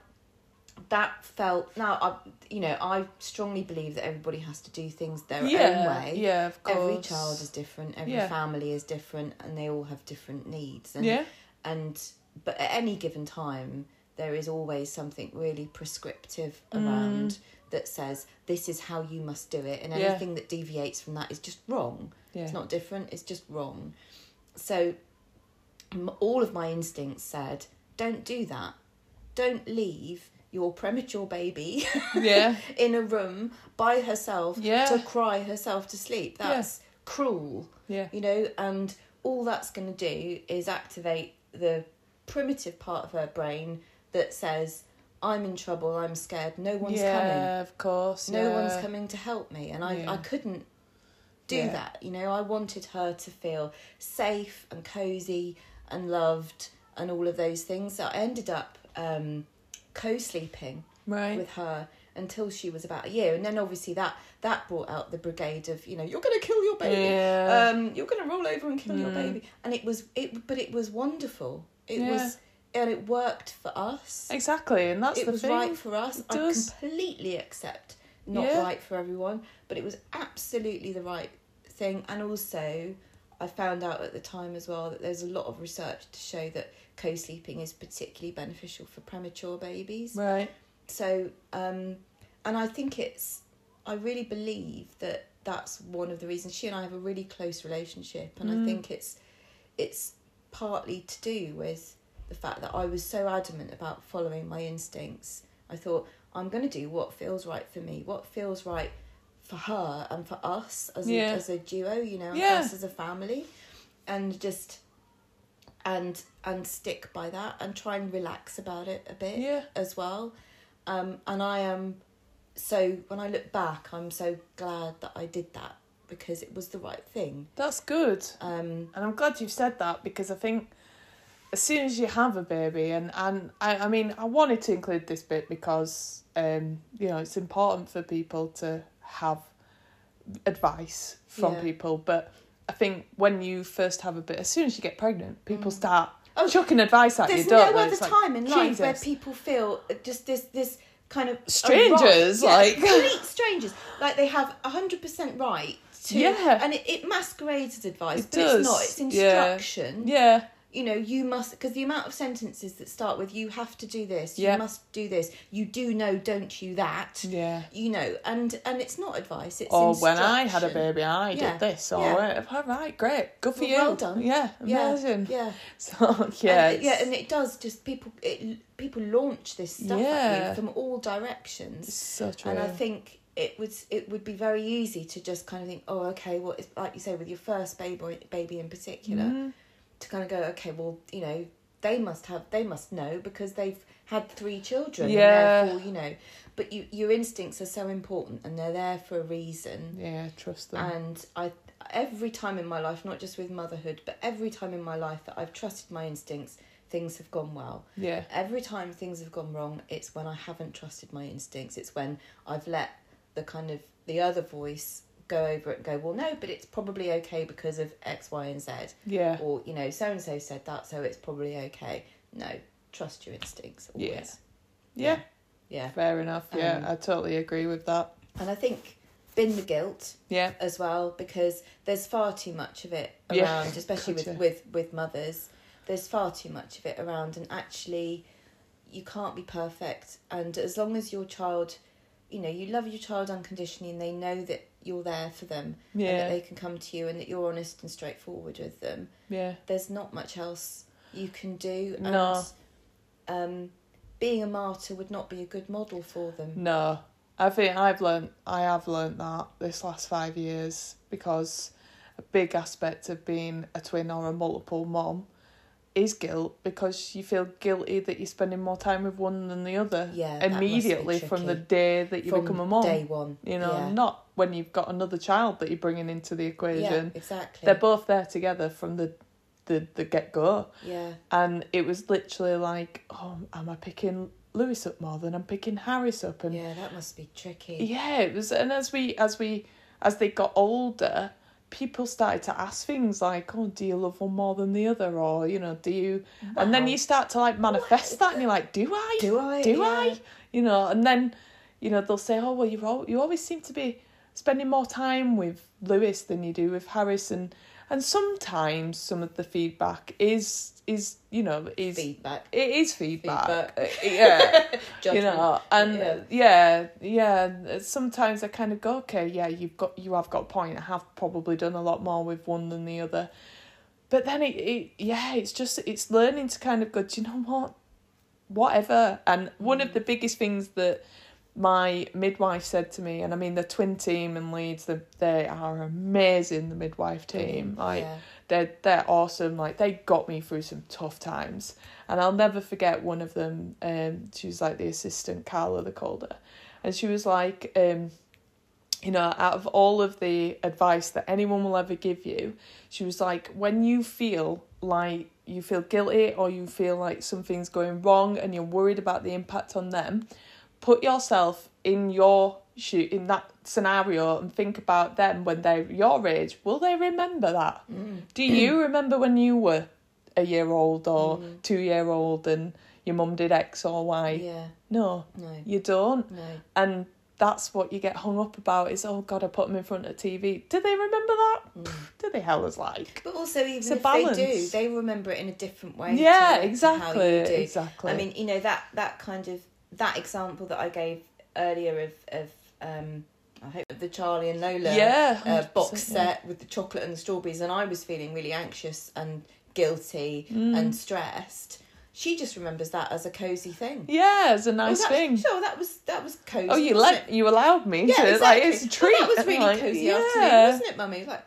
[SPEAKER 3] that felt now I you know I strongly believe that everybody has to do things their own
[SPEAKER 1] yeah,
[SPEAKER 3] way.
[SPEAKER 1] yeah, of course.
[SPEAKER 3] Every child is different. Every
[SPEAKER 1] Yeah.
[SPEAKER 3] family is different, and they all have different needs. And,
[SPEAKER 1] Yeah.
[SPEAKER 3] And but at any given time, there is always something really prescriptive
[SPEAKER 1] Mm.
[SPEAKER 3] around that says this is how you must do it, and
[SPEAKER 1] Yeah.
[SPEAKER 3] anything that deviates from that is just wrong.
[SPEAKER 1] Yeah.
[SPEAKER 3] It's not different. It's just wrong. So m- all of my instincts said, don't do that. Don't leave your premature baby
[SPEAKER 1] Yeah.
[SPEAKER 3] in a room by herself
[SPEAKER 1] Yeah.
[SPEAKER 3] to cry herself to sleep. That's cruel.
[SPEAKER 1] Yeah.
[SPEAKER 3] You know, and all that's going to do is activate the primitive part of her brain that says, I'm in trouble, I'm scared, no one's coming
[SPEAKER 1] yeah, of course.
[SPEAKER 3] no
[SPEAKER 1] yeah.
[SPEAKER 3] one's coming to help me and i,
[SPEAKER 1] Yeah.
[SPEAKER 3] I couldn't do
[SPEAKER 1] Yeah.
[SPEAKER 3] that you know i wanted her to feel safe and cozy and loved and all of those things so i ended up um, co-sleeping
[SPEAKER 1] Right.
[SPEAKER 3] with her until she was about a year and then obviously that that brought out the brigade of you know you're going to kill your baby
[SPEAKER 1] Yeah.
[SPEAKER 3] um, you're going to roll over and kill your baby and it was it but it was wonderful it
[SPEAKER 1] Yeah.
[SPEAKER 3] was and it worked for us
[SPEAKER 1] exactly, and that's
[SPEAKER 3] it
[SPEAKER 1] the
[SPEAKER 3] was
[SPEAKER 1] thing.
[SPEAKER 3] right for us.
[SPEAKER 1] It
[SPEAKER 3] I
[SPEAKER 1] does.
[SPEAKER 3] completely accept not
[SPEAKER 1] Yeah.
[SPEAKER 3] right for everyone, but it was absolutely the right thing. And also, I found out at the time as well that there's a lot of research to show that co-sleeping is particularly beneficial for premature babies.
[SPEAKER 1] Right.
[SPEAKER 3] So, um, and I think it's, I really believe that that's one of the reasons she and I have a really close relationship, and
[SPEAKER 1] Mm.
[SPEAKER 3] I think it's, it's partly to do with the fact that I was so adamant about following my instincts. I thought I'm going to do what feels right for me, what feels right for her and for us as
[SPEAKER 1] Yeah.
[SPEAKER 3] a, as a duo, you know, and
[SPEAKER 1] Yeah.
[SPEAKER 3] us as a family, and just and and stick by that and try and relax about it a bit
[SPEAKER 1] Yeah.
[SPEAKER 3] as well. Um, and I am so when I look back, I'm so glad that I did that because it was the right thing.
[SPEAKER 1] That's good.
[SPEAKER 3] Um,
[SPEAKER 1] And I'm glad you've said that because I think as soon as you have a baby, and, and I, I mean, I wanted to include this bit because, um, you know, it's important for people to have advice from
[SPEAKER 3] Yeah.
[SPEAKER 1] people. But I think when you first have a bit, as soon as you get pregnant, people start
[SPEAKER 3] Oh,
[SPEAKER 1] chucking advice at
[SPEAKER 3] There's
[SPEAKER 1] you, don't
[SPEAKER 3] no
[SPEAKER 1] they?
[SPEAKER 3] other
[SPEAKER 1] It's like,
[SPEAKER 3] time in life where
[SPEAKER 1] Jesus.
[SPEAKER 3] people feel just this this kind of
[SPEAKER 1] Strangers,
[SPEAKER 3] a right-
[SPEAKER 1] like-
[SPEAKER 3] yeah, complete strangers, like they have hundred percent right to,
[SPEAKER 1] Yeah.
[SPEAKER 3] and it, it masquerades as advice,
[SPEAKER 1] It
[SPEAKER 3] but
[SPEAKER 1] does,
[SPEAKER 3] it's not. It's
[SPEAKER 1] yeah.
[SPEAKER 3] instruction.
[SPEAKER 1] Yeah,
[SPEAKER 3] You know, you must because the amount of sentences that start with "you have to do this,"
[SPEAKER 1] Yeah.
[SPEAKER 3] "you must do this," "you do know, don't you?" That
[SPEAKER 1] yeah.
[SPEAKER 3] you know, and and it's not advice. It's
[SPEAKER 1] Or when I had a
[SPEAKER 3] instruction.
[SPEAKER 1] baby, I
[SPEAKER 3] Yeah.
[SPEAKER 1] did this. Or
[SPEAKER 3] Yeah.
[SPEAKER 1] all right, great, good for
[SPEAKER 3] Well,
[SPEAKER 1] you.
[SPEAKER 3] well done.
[SPEAKER 1] Yeah,
[SPEAKER 3] Yeah,
[SPEAKER 1] amazing.
[SPEAKER 3] yeah.
[SPEAKER 1] So yeah,
[SPEAKER 3] and, it- yeah,
[SPEAKER 1] it's-
[SPEAKER 3] and it does just people. It people launch this stuff at
[SPEAKER 1] Yeah.
[SPEAKER 3] you from all directions.
[SPEAKER 1] It's so true.
[SPEAKER 3] and I think it was it would be very easy to just kind of think, oh, okay, well, it's like you say with your first baby, baby in particular, to kind of go, okay, well, you know, they must have, they must know because they've had three children,
[SPEAKER 1] Yeah.
[SPEAKER 3] and therefore, you know, but you, your instincts are so important, and they're there for a reason,
[SPEAKER 1] Mm-hmm. yeah, trust them.
[SPEAKER 3] and I. Every time in my life, not just with motherhood, but every time in my life that I've trusted my instincts, things have gone well.
[SPEAKER 1] yeah,
[SPEAKER 3] Every time things have gone wrong, it's when I haven't trusted my instincts. It's when I've let the kind of the other voice go over it and go, well, no, but it's probably okay because of X, Y, and Z.
[SPEAKER 1] yeah,
[SPEAKER 3] Or, you know, so and so said that, so it's probably okay. No, trust your instincts always.
[SPEAKER 1] Yeah. yeah.
[SPEAKER 3] Yeah.
[SPEAKER 1] Fair enough. Yeah,
[SPEAKER 3] Um,
[SPEAKER 1] I totally agree with that.
[SPEAKER 3] And I think bin the guilt
[SPEAKER 1] Yeah,
[SPEAKER 3] as well because there's far too much of it around,
[SPEAKER 1] Yeah.
[SPEAKER 3] especially
[SPEAKER 1] Gotcha.
[SPEAKER 3] with, with, with mothers. There's far too much of it around, and actually, you can't be perfect. And as long as your child, you know, you love your child unconditionally and they know that you're there for them and
[SPEAKER 1] Yeah.
[SPEAKER 3] that they can come to you and that you're honest and straightforward with them,
[SPEAKER 1] yeah,
[SPEAKER 3] there's not much else you can do. And,
[SPEAKER 1] No.
[SPEAKER 3] um, being a martyr would not be a good model for them.
[SPEAKER 1] no. I think I've learnt. I have learnt that this last five years because big aspect of being a twin or a multiple mom is guilt because you feel guilty that you're spending more time with one than the other
[SPEAKER 3] Yeah, that must be
[SPEAKER 1] immediately from the
[SPEAKER 3] tricky.
[SPEAKER 1] day that you
[SPEAKER 3] From
[SPEAKER 1] become a mom.
[SPEAKER 3] day one,
[SPEAKER 1] You know,
[SPEAKER 3] yeah.
[SPEAKER 1] not when you've got another child that you're bringing into the
[SPEAKER 3] yeah,
[SPEAKER 1] equation.
[SPEAKER 3] exactly.
[SPEAKER 1] They're both there together from the the, the get go.
[SPEAKER 3] yeah,
[SPEAKER 1] And it was literally like, oh, am I picking Lewis up more than I'm picking Harris up? And
[SPEAKER 3] yeah, that must be tricky.
[SPEAKER 1] yeah it was and as we as we as they got older people started to ask things like oh do you love one more than the other or you know do you and then you start to like manifest that and you're like do i
[SPEAKER 3] Do I?
[SPEAKER 1] do
[SPEAKER 3] Yeah.
[SPEAKER 1] i you know and then you know they'll say oh well you al- you always seem to be spending more time with lewis than you do with harris and and sometimes some of the feedback is is you know is
[SPEAKER 3] Feedback.
[SPEAKER 1] it is feedback,
[SPEAKER 3] Feedback.
[SPEAKER 1] Uh, yeah
[SPEAKER 3] Judgment.
[SPEAKER 1] you know and
[SPEAKER 3] Yeah.
[SPEAKER 1] uh, yeah. yeah uh, sometimes i kind of go okay yeah you've got you have got a point i have probably done a lot more with one than the other but then it, it yeah it's just it's learning to kind of go do you know what whatever and one
[SPEAKER 3] Mm.
[SPEAKER 1] of the biggest things that my midwife said to me and i mean the twin team in leeds they, they are amazing the midwife team like
[SPEAKER 3] Yeah.
[SPEAKER 1] they're they're awesome. Like they got me through some tough times, and I'll never forget one of them. Um, she was like the assistant, Carla, the colder, and she was like, um, you know, out of all of the advice that anyone will ever give you, she was like, when you feel like you feel guilty or you feel like something's going wrong and you're worried about the impact on them, put yourself in your shoe in that scenario and think about them when they're your age. Will they remember that?
[SPEAKER 3] Mm.
[SPEAKER 1] Do you remember when you were a year old or two year old and your mum did X or Y?
[SPEAKER 3] Mm. Yeah.
[SPEAKER 1] No,
[SPEAKER 3] No.
[SPEAKER 1] you don't.
[SPEAKER 3] No.
[SPEAKER 1] And that's what you get hung up about is, oh God, I put them in front of TV. Do they remember that?
[SPEAKER 3] Mm.
[SPEAKER 1] Pff, Do they hell is like?
[SPEAKER 3] But also, even
[SPEAKER 1] It's a
[SPEAKER 3] if they do,
[SPEAKER 1] balance.
[SPEAKER 3] they remember it in a different way. to-
[SPEAKER 1] Yeah,
[SPEAKER 3] to
[SPEAKER 1] exactly,
[SPEAKER 3] How you do.
[SPEAKER 1] exactly.
[SPEAKER 3] I mean, you know that that kind of that example that I gave earlier of of um, I hope of the Charlie and Lola
[SPEAKER 1] Yeah,
[SPEAKER 3] uh,
[SPEAKER 1] 100%,
[SPEAKER 3] box
[SPEAKER 1] yeah.
[SPEAKER 3] set with the chocolate and the strawberries, and I was feeling really anxious and guilty
[SPEAKER 1] Mm.
[SPEAKER 3] and stressed. She just remembers that as a cozy thing.
[SPEAKER 1] Yeah, it's a nice
[SPEAKER 3] oh, that,
[SPEAKER 1] thing.
[SPEAKER 3] Sure, that was that was cozy.
[SPEAKER 1] Oh, you
[SPEAKER 3] wasn't
[SPEAKER 1] let
[SPEAKER 3] it?
[SPEAKER 1] you allowed me
[SPEAKER 3] Yeah,
[SPEAKER 1] to
[SPEAKER 3] exactly.
[SPEAKER 1] like it's a
[SPEAKER 3] Well,
[SPEAKER 1] treat.
[SPEAKER 3] that was
[SPEAKER 1] And
[SPEAKER 3] really
[SPEAKER 1] like,
[SPEAKER 3] cozy
[SPEAKER 1] yeah.
[SPEAKER 3] afternoon, wasn't it, Mummy? Like,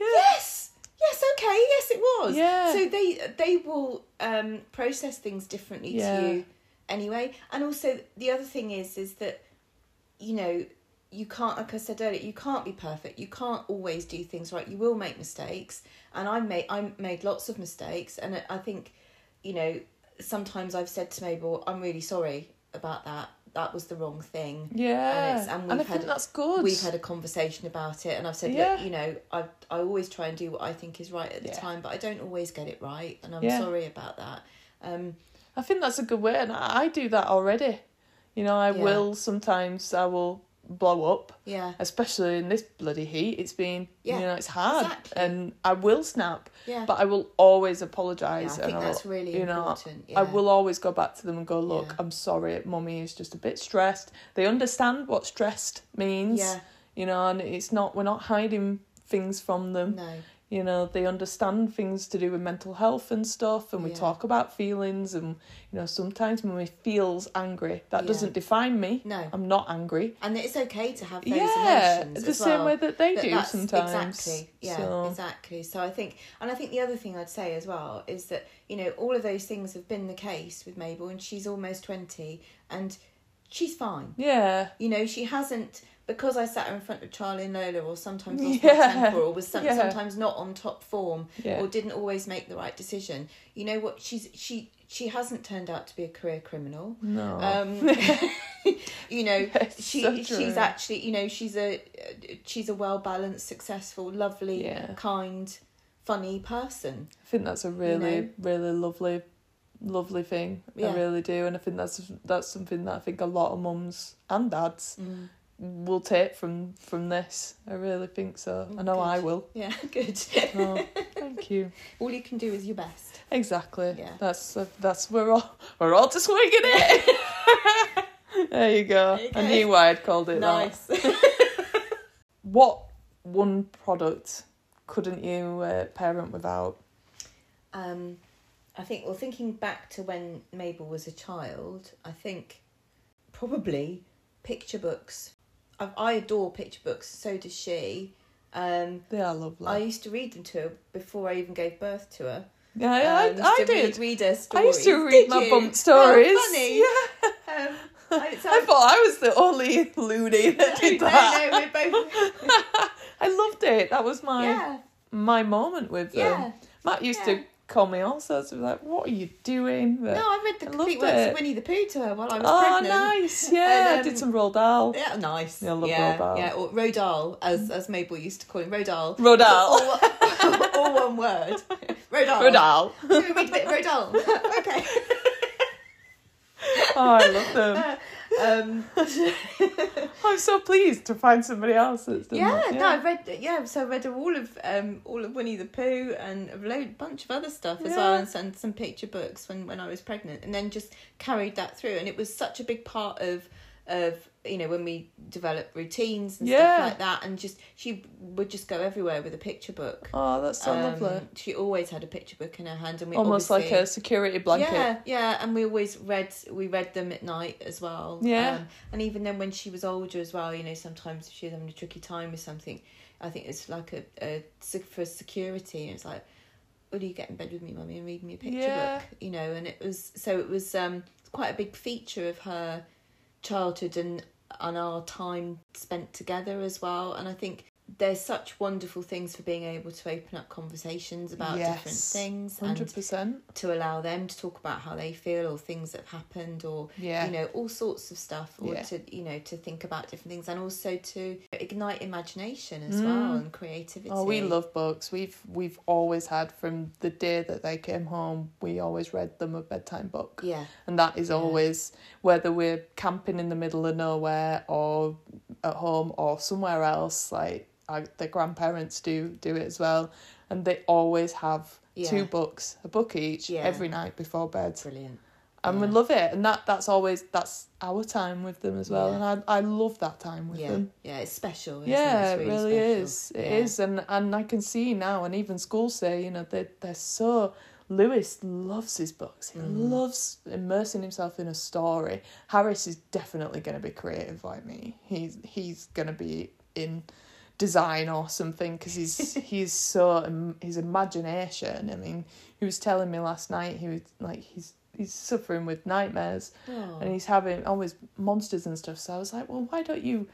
[SPEAKER 1] Yeah.
[SPEAKER 3] yes yes okay yes it was
[SPEAKER 1] Yeah.
[SPEAKER 3] so they they will um process things differently
[SPEAKER 1] Yeah.
[SPEAKER 3] to you anyway and also the other thing is is that you know you can't like i said earlier you can't be perfect you can't always do things right you will make mistakes and i made i made lots of mistakes and I- i think you know sometimes i've said to mabel i'm really sorry about that that was the wrong thing
[SPEAKER 1] Yeah.
[SPEAKER 3] and, it's, and
[SPEAKER 1] And
[SPEAKER 3] we've
[SPEAKER 1] I
[SPEAKER 3] had
[SPEAKER 1] think that's good.
[SPEAKER 3] we've had a conversation about it and i've said
[SPEAKER 1] Yeah.
[SPEAKER 3] look you know i i always try and do what i think is right at the
[SPEAKER 1] Yeah.
[SPEAKER 3] time but i don't always get it right and i'm
[SPEAKER 1] Yeah.
[SPEAKER 3] sorry about that um
[SPEAKER 1] I think that's a good way, and I, I do that already. You know, I
[SPEAKER 3] Yeah.
[SPEAKER 1] will sometimes I will blow up.
[SPEAKER 3] yeah
[SPEAKER 1] especially in this bloody heat it's been
[SPEAKER 3] Yeah,
[SPEAKER 1] you know it's hard
[SPEAKER 3] exactly.
[SPEAKER 1] and i will snap
[SPEAKER 3] Yeah.
[SPEAKER 1] but i will always apologize
[SPEAKER 3] Yeah, I think
[SPEAKER 1] and I will-
[SPEAKER 3] that's really
[SPEAKER 1] you know
[SPEAKER 3] important,
[SPEAKER 1] i
[SPEAKER 3] yeah.
[SPEAKER 1] will always go back to them and go look
[SPEAKER 3] Yeah.
[SPEAKER 1] i'm sorry mummy is just a bit stressed they understand what stressed means
[SPEAKER 3] Yeah.
[SPEAKER 1] you know and it's not we're not hiding things from them
[SPEAKER 3] no
[SPEAKER 1] you know they understand things to do with mental health and stuff and we
[SPEAKER 3] Yeah.
[SPEAKER 1] talk about feelings and you know sometimes mummy feels angry that
[SPEAKER 3] Yeah.
[SPEAKER 1] doesn't define me
[SPEAKER 3] No.
[SPEAKER 1] i'm not angry
[SPEAKER 3] and it's okay to have those
[SPEAKER 1] Yeah,
[SPEAKER 3] emotions
[SPEAKER 1] the
[SPEAKER 3] as
[SPEAKER 1] same
[SPEAKER 3] well.
[SPEAKER 1] way that they do
[SPEAKER 3] that's-
[SPEAKER 1] sometimes.
[SPEAKER 3] exactly yeah
[SPEAKER 1] So-
[SPEAKER 3] exactly so i think and i think the other thing i'd say as well is that you know all of those things have been the case with mabel and she's almost 20 and she's fine
[SPEAKER 1] yeah
[SPEAKER 3] You know, she hasn't because I sat her in front of Charlie and Lola, or sometimes lost my
[SPEAKER 1] Yeah.
[SPEAKER 3] temper, or was some,
[SPEAKER 1] Yeah.
[SPEAKER 3] sometimes not on top form,
[SPEAKER 1] Yeah.
[SPEAKER 3] or didn't always make the right decision. You know what? She's she she hasn't turned out to be a career criminal.
[SPEAKER 1] no
[SPEAKER 3] Um, you know,
[SPEAKER 1] Yes,
[SPEAKER 3] she
[SPEAKER 1] so true.
[SPEAKER 3] she's actually you know she's a she's a well balanced, successful, lovely,
[SPEAKER 1] Yeah.
[SPEAKER 3] kind, funny person.
[SPEAKER 1] I think that's a really,
[SPEAKER 3] know?
[SPEAKER 1] really lovely, lovely thing. I
[SPEAKER 3] Yeah.
[SPEAKER 1] really do, and I think that's that's something that I think a lot of mums and dads will take from from this. I really think so. I know I
[SPEAKER 3] good.
[SPEAKER 1] will.
[SPEAKER 3] Yeah, good.
[SPEAKER 1] Oh, thank you.
[SPEAKER 3] All you can do is your best.
[SPEAKER 1] Exactly.
[SPEAKER 3] Yeah.
[SPEAKER 1] That's that's we're all we're all just winging it. there you go.
[SPEAKER 3] There you
[SPEAKER 1] I
[SPEAKER 3] go.
[SPEAKER 1] knew why I'd called it that.
[SPEAKER 3] Nice.
[SPEAKER 1] What one product couldn't you uh, parent without?
[SPEAKER 3] um, I think, well, thinking back to when Mabel was a child, I think probably picture books. I, I adore picture books, so does she. Um,
[SPEAKER 1] They are lovely.
[SPEAKER 3] I used to read them to her before I even gave birth to her.
[SPEAKER 1] yeah, I,
[SPEAKER 3] Um,
[SPEAKER 1] I, I
[SPEAKER 3] used to
[SPEAKER 1] did.
[SPEAKER 3] Read, read her
[SPEAKER 1] I
[SPEAKER 3] stories.
[SPEAKER 1] used to
[SPEAKER 3] Did
[SPEAKER 1] read my
[SPEAKER 3] you?
[SPEAKER 1] bump stories.
[SPEAKER 3] How funny.
[SPEAKER 1] Yeah.
[SPEAKER 3] Um, I, so
[SPEAKER 1] I thought I was the only loony that did that.
[SPEAKER 3] No, no, we're both.
[SPEAKER 1] I loved it. That was my
[SPEAKER 3] Yeah,
[SPEAKER 1] my moment with them.
[SPEAKER 3] yeah.
[SPEAKER 1] Matt used
[SPEAKER 3] Yeah.
[SPEAKER 1] to call me all sorts of like, "What are you doing?" But-
[SPEAKER 3] No, I read the
[SPEAKER 1] I
[SPEAKER 3] complete
[SPEAKER 1] loved
[SPEAKER 3] works
[SPEAKER 1] it.
[SPEAKER 3] of Winnie the Pooh to her while I was
[SPEAKER 1] oh,
[SPEAKER 3] pregnant.
[SPEAKER 1] nice. Yeah,
[SPEAKER 3] And,
[SPEAKER 1] I
[SPEAKER 3] um,
[SPEAKER 1] did some Roald Dahl.
[SPEAKER 3] Yeah, nice.
[SPEAKER 1] Yeah, I love
[SPEAKER 3] yeah,
[SPEAKER 1] Rodal.
[SPEAKER 3] yeah, or Rodal, as as Mabel used to call him, Rodal.
[SPEAKER 1] Roald Dahl.
[SPEAKER 3] All, all one word. Rodal.
[SPEAKER 1] Roald Dahl.
[SPEAKER 3] Can we read a bit of Rodal? okay.
[SPEAKER 1] Oh, I love them.
[SPEAKER 3] Um,
[SPEAKER 1] I'm so pleased to find somebody else that's done
[SPEAKER 3] yeah,
[SPEAKER 1] that.
[SPEAKER 3] no, I read. Yeah, so I read all of um, all of Winnie the Pooh and a load, bunch of other stuff as well,
[SPEAKER 1] Yeah.
[SPEAKER 3] and some, some picture books when when I was pregnant, and then just carried that through. And it was such a big part of of you know when we develop routines and
[SPEAKER 1] Yeah.
[SPEAKER 3] stuff like that. And just she would just go everywhere with a picture book.
[SPEAKER 1] Oh, that's so
[SPEAKER 3] Um,
[SPEAKER 1] lovely.
[SPEAKER 3] She always had a picture book in her hand, and we
[SPEAKER 1] Almost like
[SPEAKER 3] obviously-
[SPEAKER 1] a security blanket.
[SPEAKER 3] yeah, yeah, and we always read we read them at night as well.
[SPEAKER 1] Yeah.
[SPEAKER 3] um, and even then when she was older as well, you know, sometimes if she was having a tricky time with something, I think it's like a, a sec- for security. And it's like, will you get in bed with me, mummy, and read me a picture
[SPEAKER 1] Yeah.
[SPEAKER 3] book? You know, and it was so it was um quite a big feature of her childhood and and our time spent together as well. And I think there's such wonderful things for being able to open up conversations about different
[SPEAKER 1] Yes.
[SPEAKER 3] things and
[SPEAKER 1] Hundred percent.
[SPEAKER 3] to allow them to talk about how they feel or things that have happened or
[SPEAKER 1] Yeah.
[SPEAKER 3] you know all sorts of stuff or
[SPEAKER 1] Yeah.
[SPEAKER 3] to you know to think about different things and also to ignite imagination as well and creativity
[SPEAKER 1] Mm. Oh, we love books. We've we've always had from the day that they came home. We always read them a bedtime book.
[SPEAKER 3] yeah
[SPEAKER 1] And that is always whether we're camping in the middle of nowhere or at home or somewhere else. Like I, the grandparents do do it as well, and they always have
[SPEAKER 3] Yeah.
[SPEAKER 1] two books, a book each,
[SPEAKER 3] Yeah.
[SPEAKER 1] every night before bed,
[SPEAKER 3] brilliant
[SPEAKER 1] and we love it. And that that's always that's our time with them as well.
[SPEAKER 3] Yeah.
[SPEAKER 1] And I I love that time with
[SPEAKER 3] yeah
[SPEAKER 1] them.
[SPEAKER 3] yeah it's special isn't
[SPEAKER 1] Yeah,
[SPEAKER 3] it, It's
[SPEAKER 1] it really
[SPEAKER 3] special.
[SPEAKER 1] is. It is,
[SPEAKER 3] Yeah.
[SPEAKER 1] and and I can see now, and even schools say, you know, they they're so. Lewis loves his books. He
[SPEAKER 3] Mm.
[SPEAKER 1] loves immersing himself in a story. Harris is definitely going to be creative like me. He's he's going to be in design or something because he's he's so um, his imagination. I mean, he was telling me last night he was like he's he's suffering with nightmares and he's having always monsters and stuff. So I was like, well, why don't you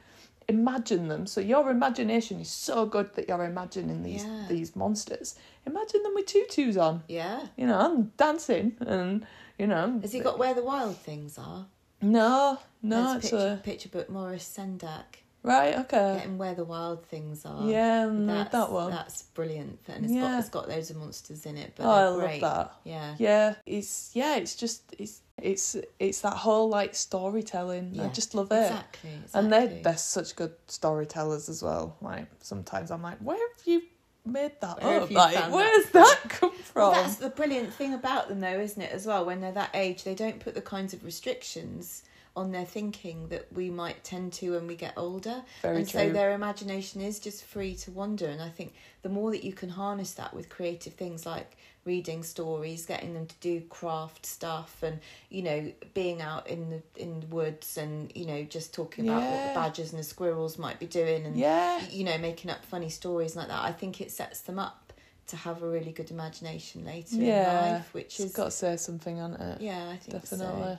[SPEAKER 1] imagine them? So your imagination is so good that you're imagining these
[SPEAKER 3] Yeah.
[SPEAKER 1] these monsters. Imagine them with tutus on,
[SPEAKER 3] yeah
[SPEAKER 1] you know, and dancing, and you know.
[SPEAKER 3] has he got where the wild things are
[SPEAKER 1] No, no,
[SPEAKER 3] There's
[SPEAKER 1] it's
[SPEAKER 3] picture,
[SPEAKER 1] a
[SPEAKER 3] picture book Morris Sendak
[SPEAKER 1] right. Okay.
[SPEAKER 3] getting where the wild things are
[SPEAKER 1] Yeah, mm, that one.
[SPEAKER 3] that's brilliant and it's
[SPEAKER 1] Yeah.
[SPEAKER 3] got it's got loads of monsters in it but
[SPEAKER 1] Oh, I
[SPEAKER 3] they're
[SPEAKER 1] love
[SPEAKER 3] great.
[SPEAKER 1] that.
[SPEAKER 3] yeah
[SPEAKER 1] Yeah, it's yeah, it's just it's it's it's that whole like storytelling. I
[SPEAKER 3] Yeah,
[SPEAKER 1] just love it.
[SPEAKER 3] Exactly.
[SPEAKER 1] And they're
[SPEAKER 3] exactly.
[SPEAKER 1] they're such good storytellers as well. Like sometimes I'm like, where have you made that
[SPEAKER 3] Where have
[SPEAKER 1] up?
[SPEAKER 3] you
[SPEAKER 1] Like,
[SPEAKER 3] found
[SPEAKER 1] where's that come from?
[SPEAKER 3] That's the brilliant thing about them, though, isn't it? As well, when they're that age, they don't put the kinds of restrictions on their thinking that we might tend to when we get older.
[SPEAKER 1] Very
[SPEAKER 3] and so
[SPEAKER 1] true.
[SPEAKER 3] their imagination is just free to wander. And I think the more that you can harness that with creative things like reading stories, getting them to do craft stuff, and you know, being out in the in the woods, and you know, just talking about what
[SPEAKER 1] Yeah.
[SPEAKER 3] the badgers and the squirrels might be doing, and
[SPEAKER 1] Yeah.
[SPEAKER 3] you know, making up funny stories like that. I think it sets them up to have a really good imagination later in life, which
[SPEAKER 1] it's
[SPEAKER 3] is
[SPEAKER 1] got to say something on it.
[SPEAKER 3] yeah, I think so.
[SPEAKER 1] definitely.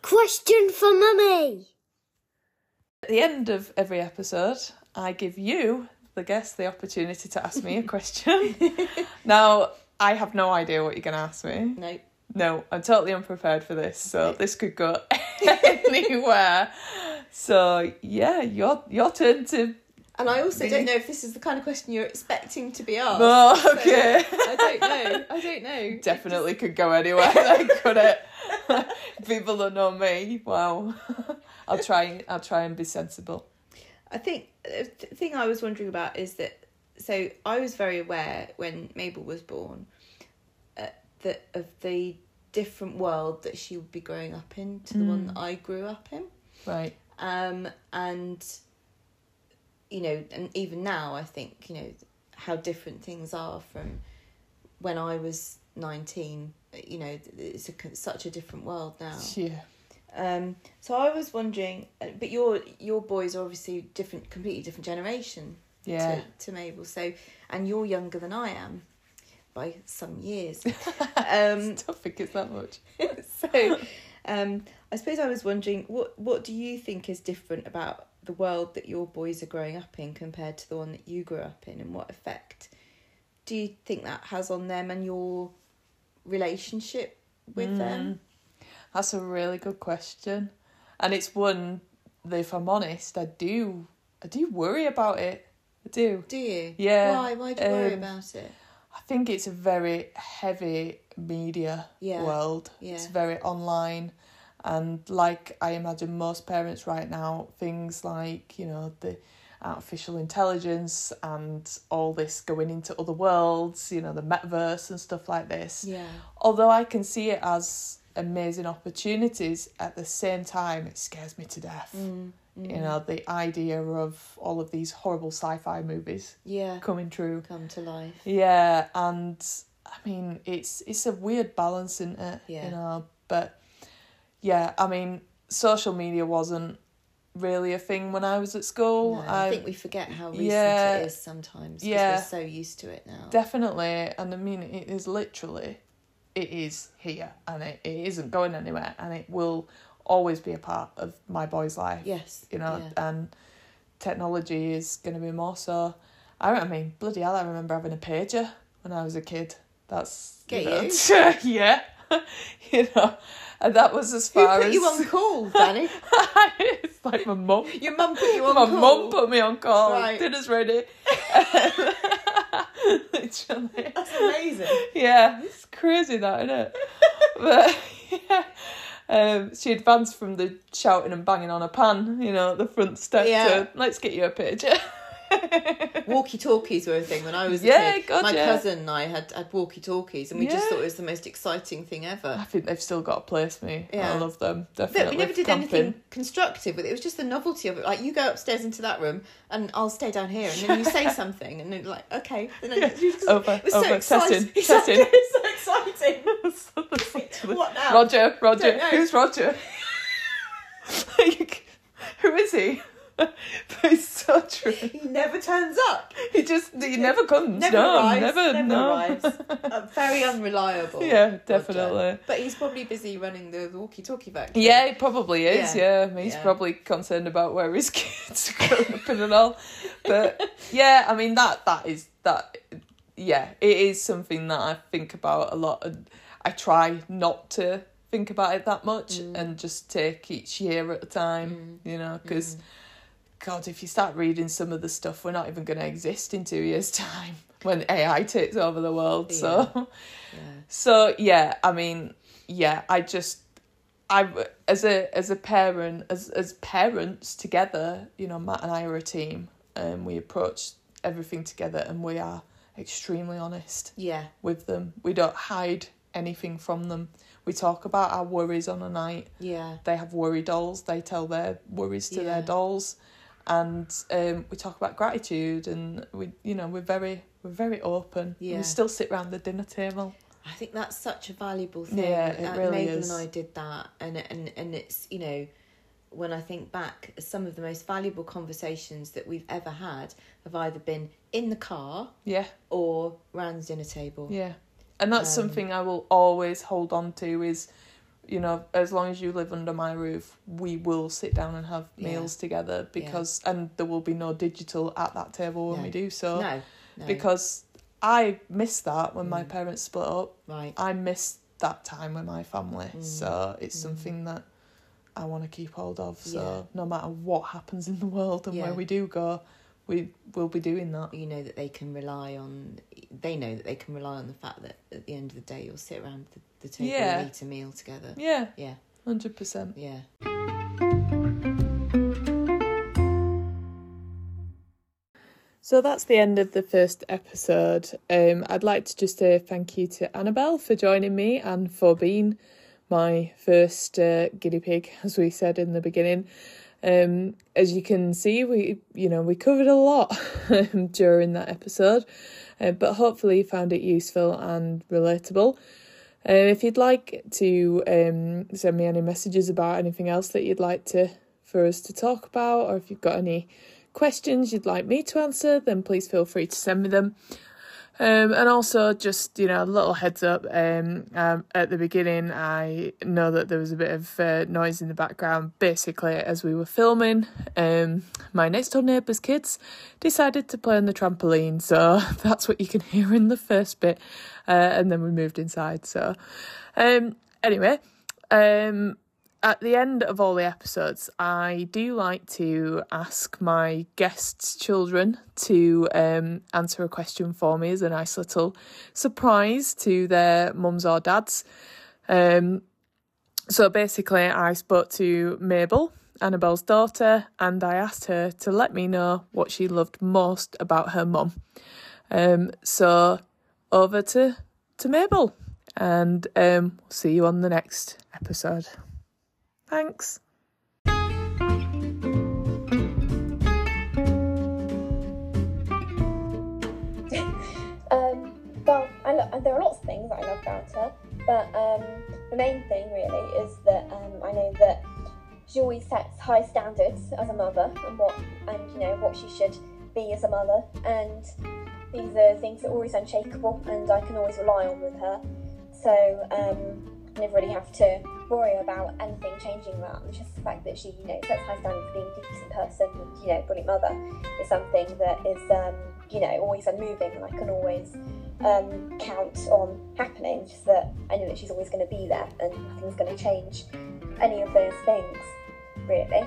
[SPEAKER 2] Question for Mummy.
[SPEAKER 1] At the end of every episode, I give you the guest the opportunity to ask me a question. now, I have no idea what you're going to ask me.
[SPEAKER 3] No,
[SPEAKER 1] No, I'm totally unprepared for this, so this could go anywhere. So yeah, your your turn to.
[SPEAKER 3] and I also don't know if this is the kind of question you're expecting to be asked.
[SPEAKER 1] Oh, okay.
[SPEAKER 3] I don't know. I don't know.
[SPEAKER 1] Definitely could go anywhere. I could it. People that know me, wow. I'll try. I'll try and be sensible.
[SPEAKER 3] I think uh, the thing I was wondering about is that so I was very aware when Mabel was born uh, that of the different world that she would be growing up in to the
[SPEAKER 1] Mm.
[SPEAKER 3] one that I grew up in.
[SPEAKER 1] Right.
[SPEAKER 3] um, and you know, and even now, I think you know how different things are from when I was nineteen. You know, th- it's a, con- such a different world now.
[SPEAKER 1] Yeah.
[SPEAKER 3] Um, so I was wondering, uh, but your your boys are obviously different, completely different generation.
[SPEAKER 1] Yeah.
[SPEAKER 3] to, to Mabel. So, and you're younger than I am by some years. um,
[SPEAKER 1] Don't think it's that much.
[SPEAKER 3] so, um, I suppose I was wondering what what do you think is different about the world that your boys are growing up in compared to the one that you grew up in, and what effect do you think that has on them and your relationship with them?
[SPEAKER 1] Mm. That's a really good question, and it's one that, if I'm honest, I do, I do worry about it. I do.
[SPEAKER 3] Do you?
[SPEAKER 1] Yeah,
[SPEAKER 3] Why? Why do you worry
[SPEAKER 1] um,
[SPEAKER 3] about it?
[SPEAKER 1] I think it's a very heavy media
[SPEAKER 3] Yeah.
[SPEAKER 1] world.
[SPEAKER 3] Yeah.
[SPEAKER 1] It's very online. And like I imagine most parents right now, things like, you know, the artificial intelligence and all this going into other worlds, you know, the metaverse and stuff like this.
[SPEAKER 3] Yeah.
[SPEAKER 1] Although I can see it as amazing opportunities, at the same time, it scares me to death.
[SPEAKER 3] Mm,
[SPEAKER 1] You know, the idea of all of these horrible sci fi movies
[SPEAKER 3] Yeah.
[SPEAKER 1] coming true.
[SPEAKER 3] Come to life.
[SPEAKER 1] Yeah, and I mean it's it's a weird balance, isn't it?
[SPEAKER 3] Yeah.
[SPEAKER 1] You know, but yeah, I mean, social media wasn't really a thing when I was at school.
[SPEAKER 3] No, I, think we forget how recent
[SPEAKER 1] um, yeah.
[SPEAKER 3] it is sometimes. Yeah.
[SPEAKER 1] Yeah.
[SPEAKER 3] We're so used to it now.
[SPEAKER 1] definitely, and I mean it is literally, it is here, and it, it isn't going anywhere, and it will always be a part of my boy's life.
[SPEAKER 3] yes.
[SPEAKER 1] you know,
[SPEAKER 3] Yeah.
[SPEAKER 1] and technology is going to be more so. I, re- I mean, bloody hell, I remember having a pager when I was a kid. That's
[SPEAKER 3] Get
[SPEAKER 1] know, yeah, you know, and that was as
[SPEAKER 3] Who
[SPEAKER 1] far
[SPEAKER 3] put
[SPEAKER 1] as
[SPEAKER 3] you on call, Danny?
[SPEAKER 1] it's like my mum.
[SPEAKER 3] Your mum put you on
[SPEAKER 1] My
[SPEAKER 3] call.
[SPEAKER 1] mum put me on call.
[SPEAKER 3] Right.
[SPEAKER 1] Dinner's ready. Literally,
[SPEAKER 3] That's amazing.
[SPEAKER 1] yeah, it's crazy that, isn't it? but yeah, um, she advanced from the shouting and banging on a pan, you know, at the front step
[SPEAKER 3] Yeah.
[SPEAKER 1] to let's get you a picture.
[SPEAKER 3] Walkie talkies were a thing when I was a
[SPEAKER 1] Yeah,
[SPEAKER 3] kid.
[SPEAKER 1] God,
[SPEAKER 3] My
[SPEAKER 1] yeah.
[SPEAKER 3] cousin and I had, had walkie talkies, and we just
[SPEAKER 1] Yeah.
[SPEAKER 3] thought it was the most exciting thing
[SPEAKER 1] I
[SPEAKER 3] ever.
[SPEAKER 1] think they've still got a place for me.
[SPEAKER 3] Yeah.
[SPEAKER 1] I love them.
[SPEAKER 3] But
[SPEAKER 1] Definitely.
[SPEAKER 3] we never
[SPEAKER 1] for
[SPEAKER 3] did
[SPEAKER 1] camping.
[SPEAKER 3] anything constructive with it. It was just the novelty of it. Like you go upstairs into that room, and I'll stay down here, and then you say something, and then like okay, and then you just,
[SPEAKER 1] Over,
[SPEAKER 3] it was so
[SPEAKER 1] over,
[SPEAKER 3] exciting.
[SPEAKER 1] testing, testing.
[SPEAKER 3] Exactly, it was so exciting. What now?
[SPEAKER 1] Roger, Roger.
[SPEAKER 3] Don't know.
[SPEAKER 1] Who's Roger? like, who is he? but it's so true.
[SPEAKER 3] He never turns up.
[SPEAKER 1] He just, he never comes.
[SPEAKER 3] Never
[SPEAKER 1] no,
[SPEAKER 3] arrives.
[SPEAKER 1] never, no.
[SPEAKER 3] arrives. Uh, very unreliable.
[SPEAKER 1] Yeah,
[SPEAKER 3] Roger.
[SPEAKER 1] definitely.
[SPEAKER 3] But he's probably busy running the walkie-talkie factory.
[SPEAKER 1] Yeah, he probably is.
[SPEAKER 3] Yeah.
[SPEAKER 1] Yeah, I mean, he's
[SPEAKER 3] Yeah.
[SPEAKER 1] probably concerned about where his kids are growing up in and all. But yeah, I mean that that is that. Yeah, it is something that I think about a lot, and I try not to think about it that much and just take each year at a time. You know, because God, if you start reading some of the stuff, we're not even going to exist in two years' time when AI takes over the world. So.
[SPEAKER 3] Yeah.
[SPEAKER 1] So yeah, I mean, yeah, I just I as a as a parent as as parents together, you know, Matt and I are a team, and we approach everything together, and we are extremely honest
[SPEAKER 3] Yeah.
[SPEAKER 1] with them. We don't hide anything from them. We talk about our worries on a night.
[SPEAKER 3] Yeah.
[SPEAKER 1] They have worry dolls. They tell their worries to
[SPEAKER 3] Yeah.
[SPEAKER 1] their dolls, and um, we talk about gratitude, and we you know we're very we're very open. And
[SPEAKER 3] Yeah.
[SPEAKER 1] we still sit round the dinner table.
[SPEAKER 3] I think that's such a valuable thing.
[SPEAKER 1] Yeah, it
[SPEAKER 3] Uh,
[SPEAKER 1] really
[SPEAKER 3] Mabel
[SPEAKER 1] is.
[SPEAKER 3] and I did that, and and and it's you know, when I think back, some of the most valuable conversations that we've ever had have either been in the car
[SPEAKER 1] Yeah.
[SPEAKER 3] or round the dinner table.
[SPEAKER 1] Yeah. And that's
[SPEAKER 3] Um,
[SPEAKER 1] something I will always hold on to is, you know, as long as you live under my roof, we will sit down and have
[SPEAKER 3] Yeah.
[SPEAKER 1] meals together because, and there will be no digital at that table when
[SPEAKER 3] No.
[SPEAKER 1] we do so.
[SPEAKER 3] No, no. Mm.
[SPEAKER 1] Because I miss that when my parents split up.
[SPEAKER 3] right.
[SPEAKER 1] I miss that time with my family.
[SPEAKER 3] Mm.
[SPEAKER 1] So it's something that I want to keep hold of. So
[SPEAKER 3] Yeah.
[SPEAKER 1] no matter what happens in the world and
[SPEAKER 3] Yeah.
[SPEAKER 1] where we do go, we will be doing that.
[SPEAKER 3] you know that they can rely on they know that they can rely on the fact that at the end of the day you'll sit around the, the table
[SPEAKER 1] Yeah.
[SPEAKER 3] and eat a meal together
[SPEAKER 1] Yeah,
[SPEAKER 3] yeah
[SPEAKER 1] 100%.
[SPEAKER 3] yeah
[SPEAKER 1] So that's the end of the first episode. Um, I'd like to just say thank you to Annabelle for joining me and for being my first uh, guinea pig, as we said in the beginning. Um, as you can see, we you know we covered a lot um, during that episode, uh, but hopefully you found it useful and relatable. Um, if you'd like to um, send me any messages about anything else that you'd like to for us to talk about, or if you've got any questions you'd like me to answer, then please feel free to send me them. Um, and also, just you know, a little heads up. Um, um, at the beginning, I know that there was a bit of uh, noise in the background. Basically, as we were filming, um, my next door neighbour's kids decided to play on the trampoline, so that's what you can hear in the first bit. Uh, and then we moved inside. So, um, anyway, um, at the end of all the episodes, I do like to ask my guests' children to um, answer a question for me as a nice little surprise to their mums or dads. Um, so basically, I spoke to Mabel, Annabelle's daughter, and I asked her to let me know what she loved most about her mum. Um, so over to, to Mabel, and um, we'll see you on the next episode. Thanks.
[SPEAKER 5] Um, well, I lo- there are lots of things that I love about her, but um, the main thing really is that um, I know that she always sets high standards as a mother and what and you know what she should be as a mother, and these are things that are always unshakable and I can always rely on with her. So um, I never really have to worry about anything changing that. It's just the fact that she you know sets high standards for being a decent person, and, you know, brilliant mother is something that is um, you know always unmoving and I can always um, count on happening. It's Just that I know that she's always going to be there and nothing's going to change any of those things really.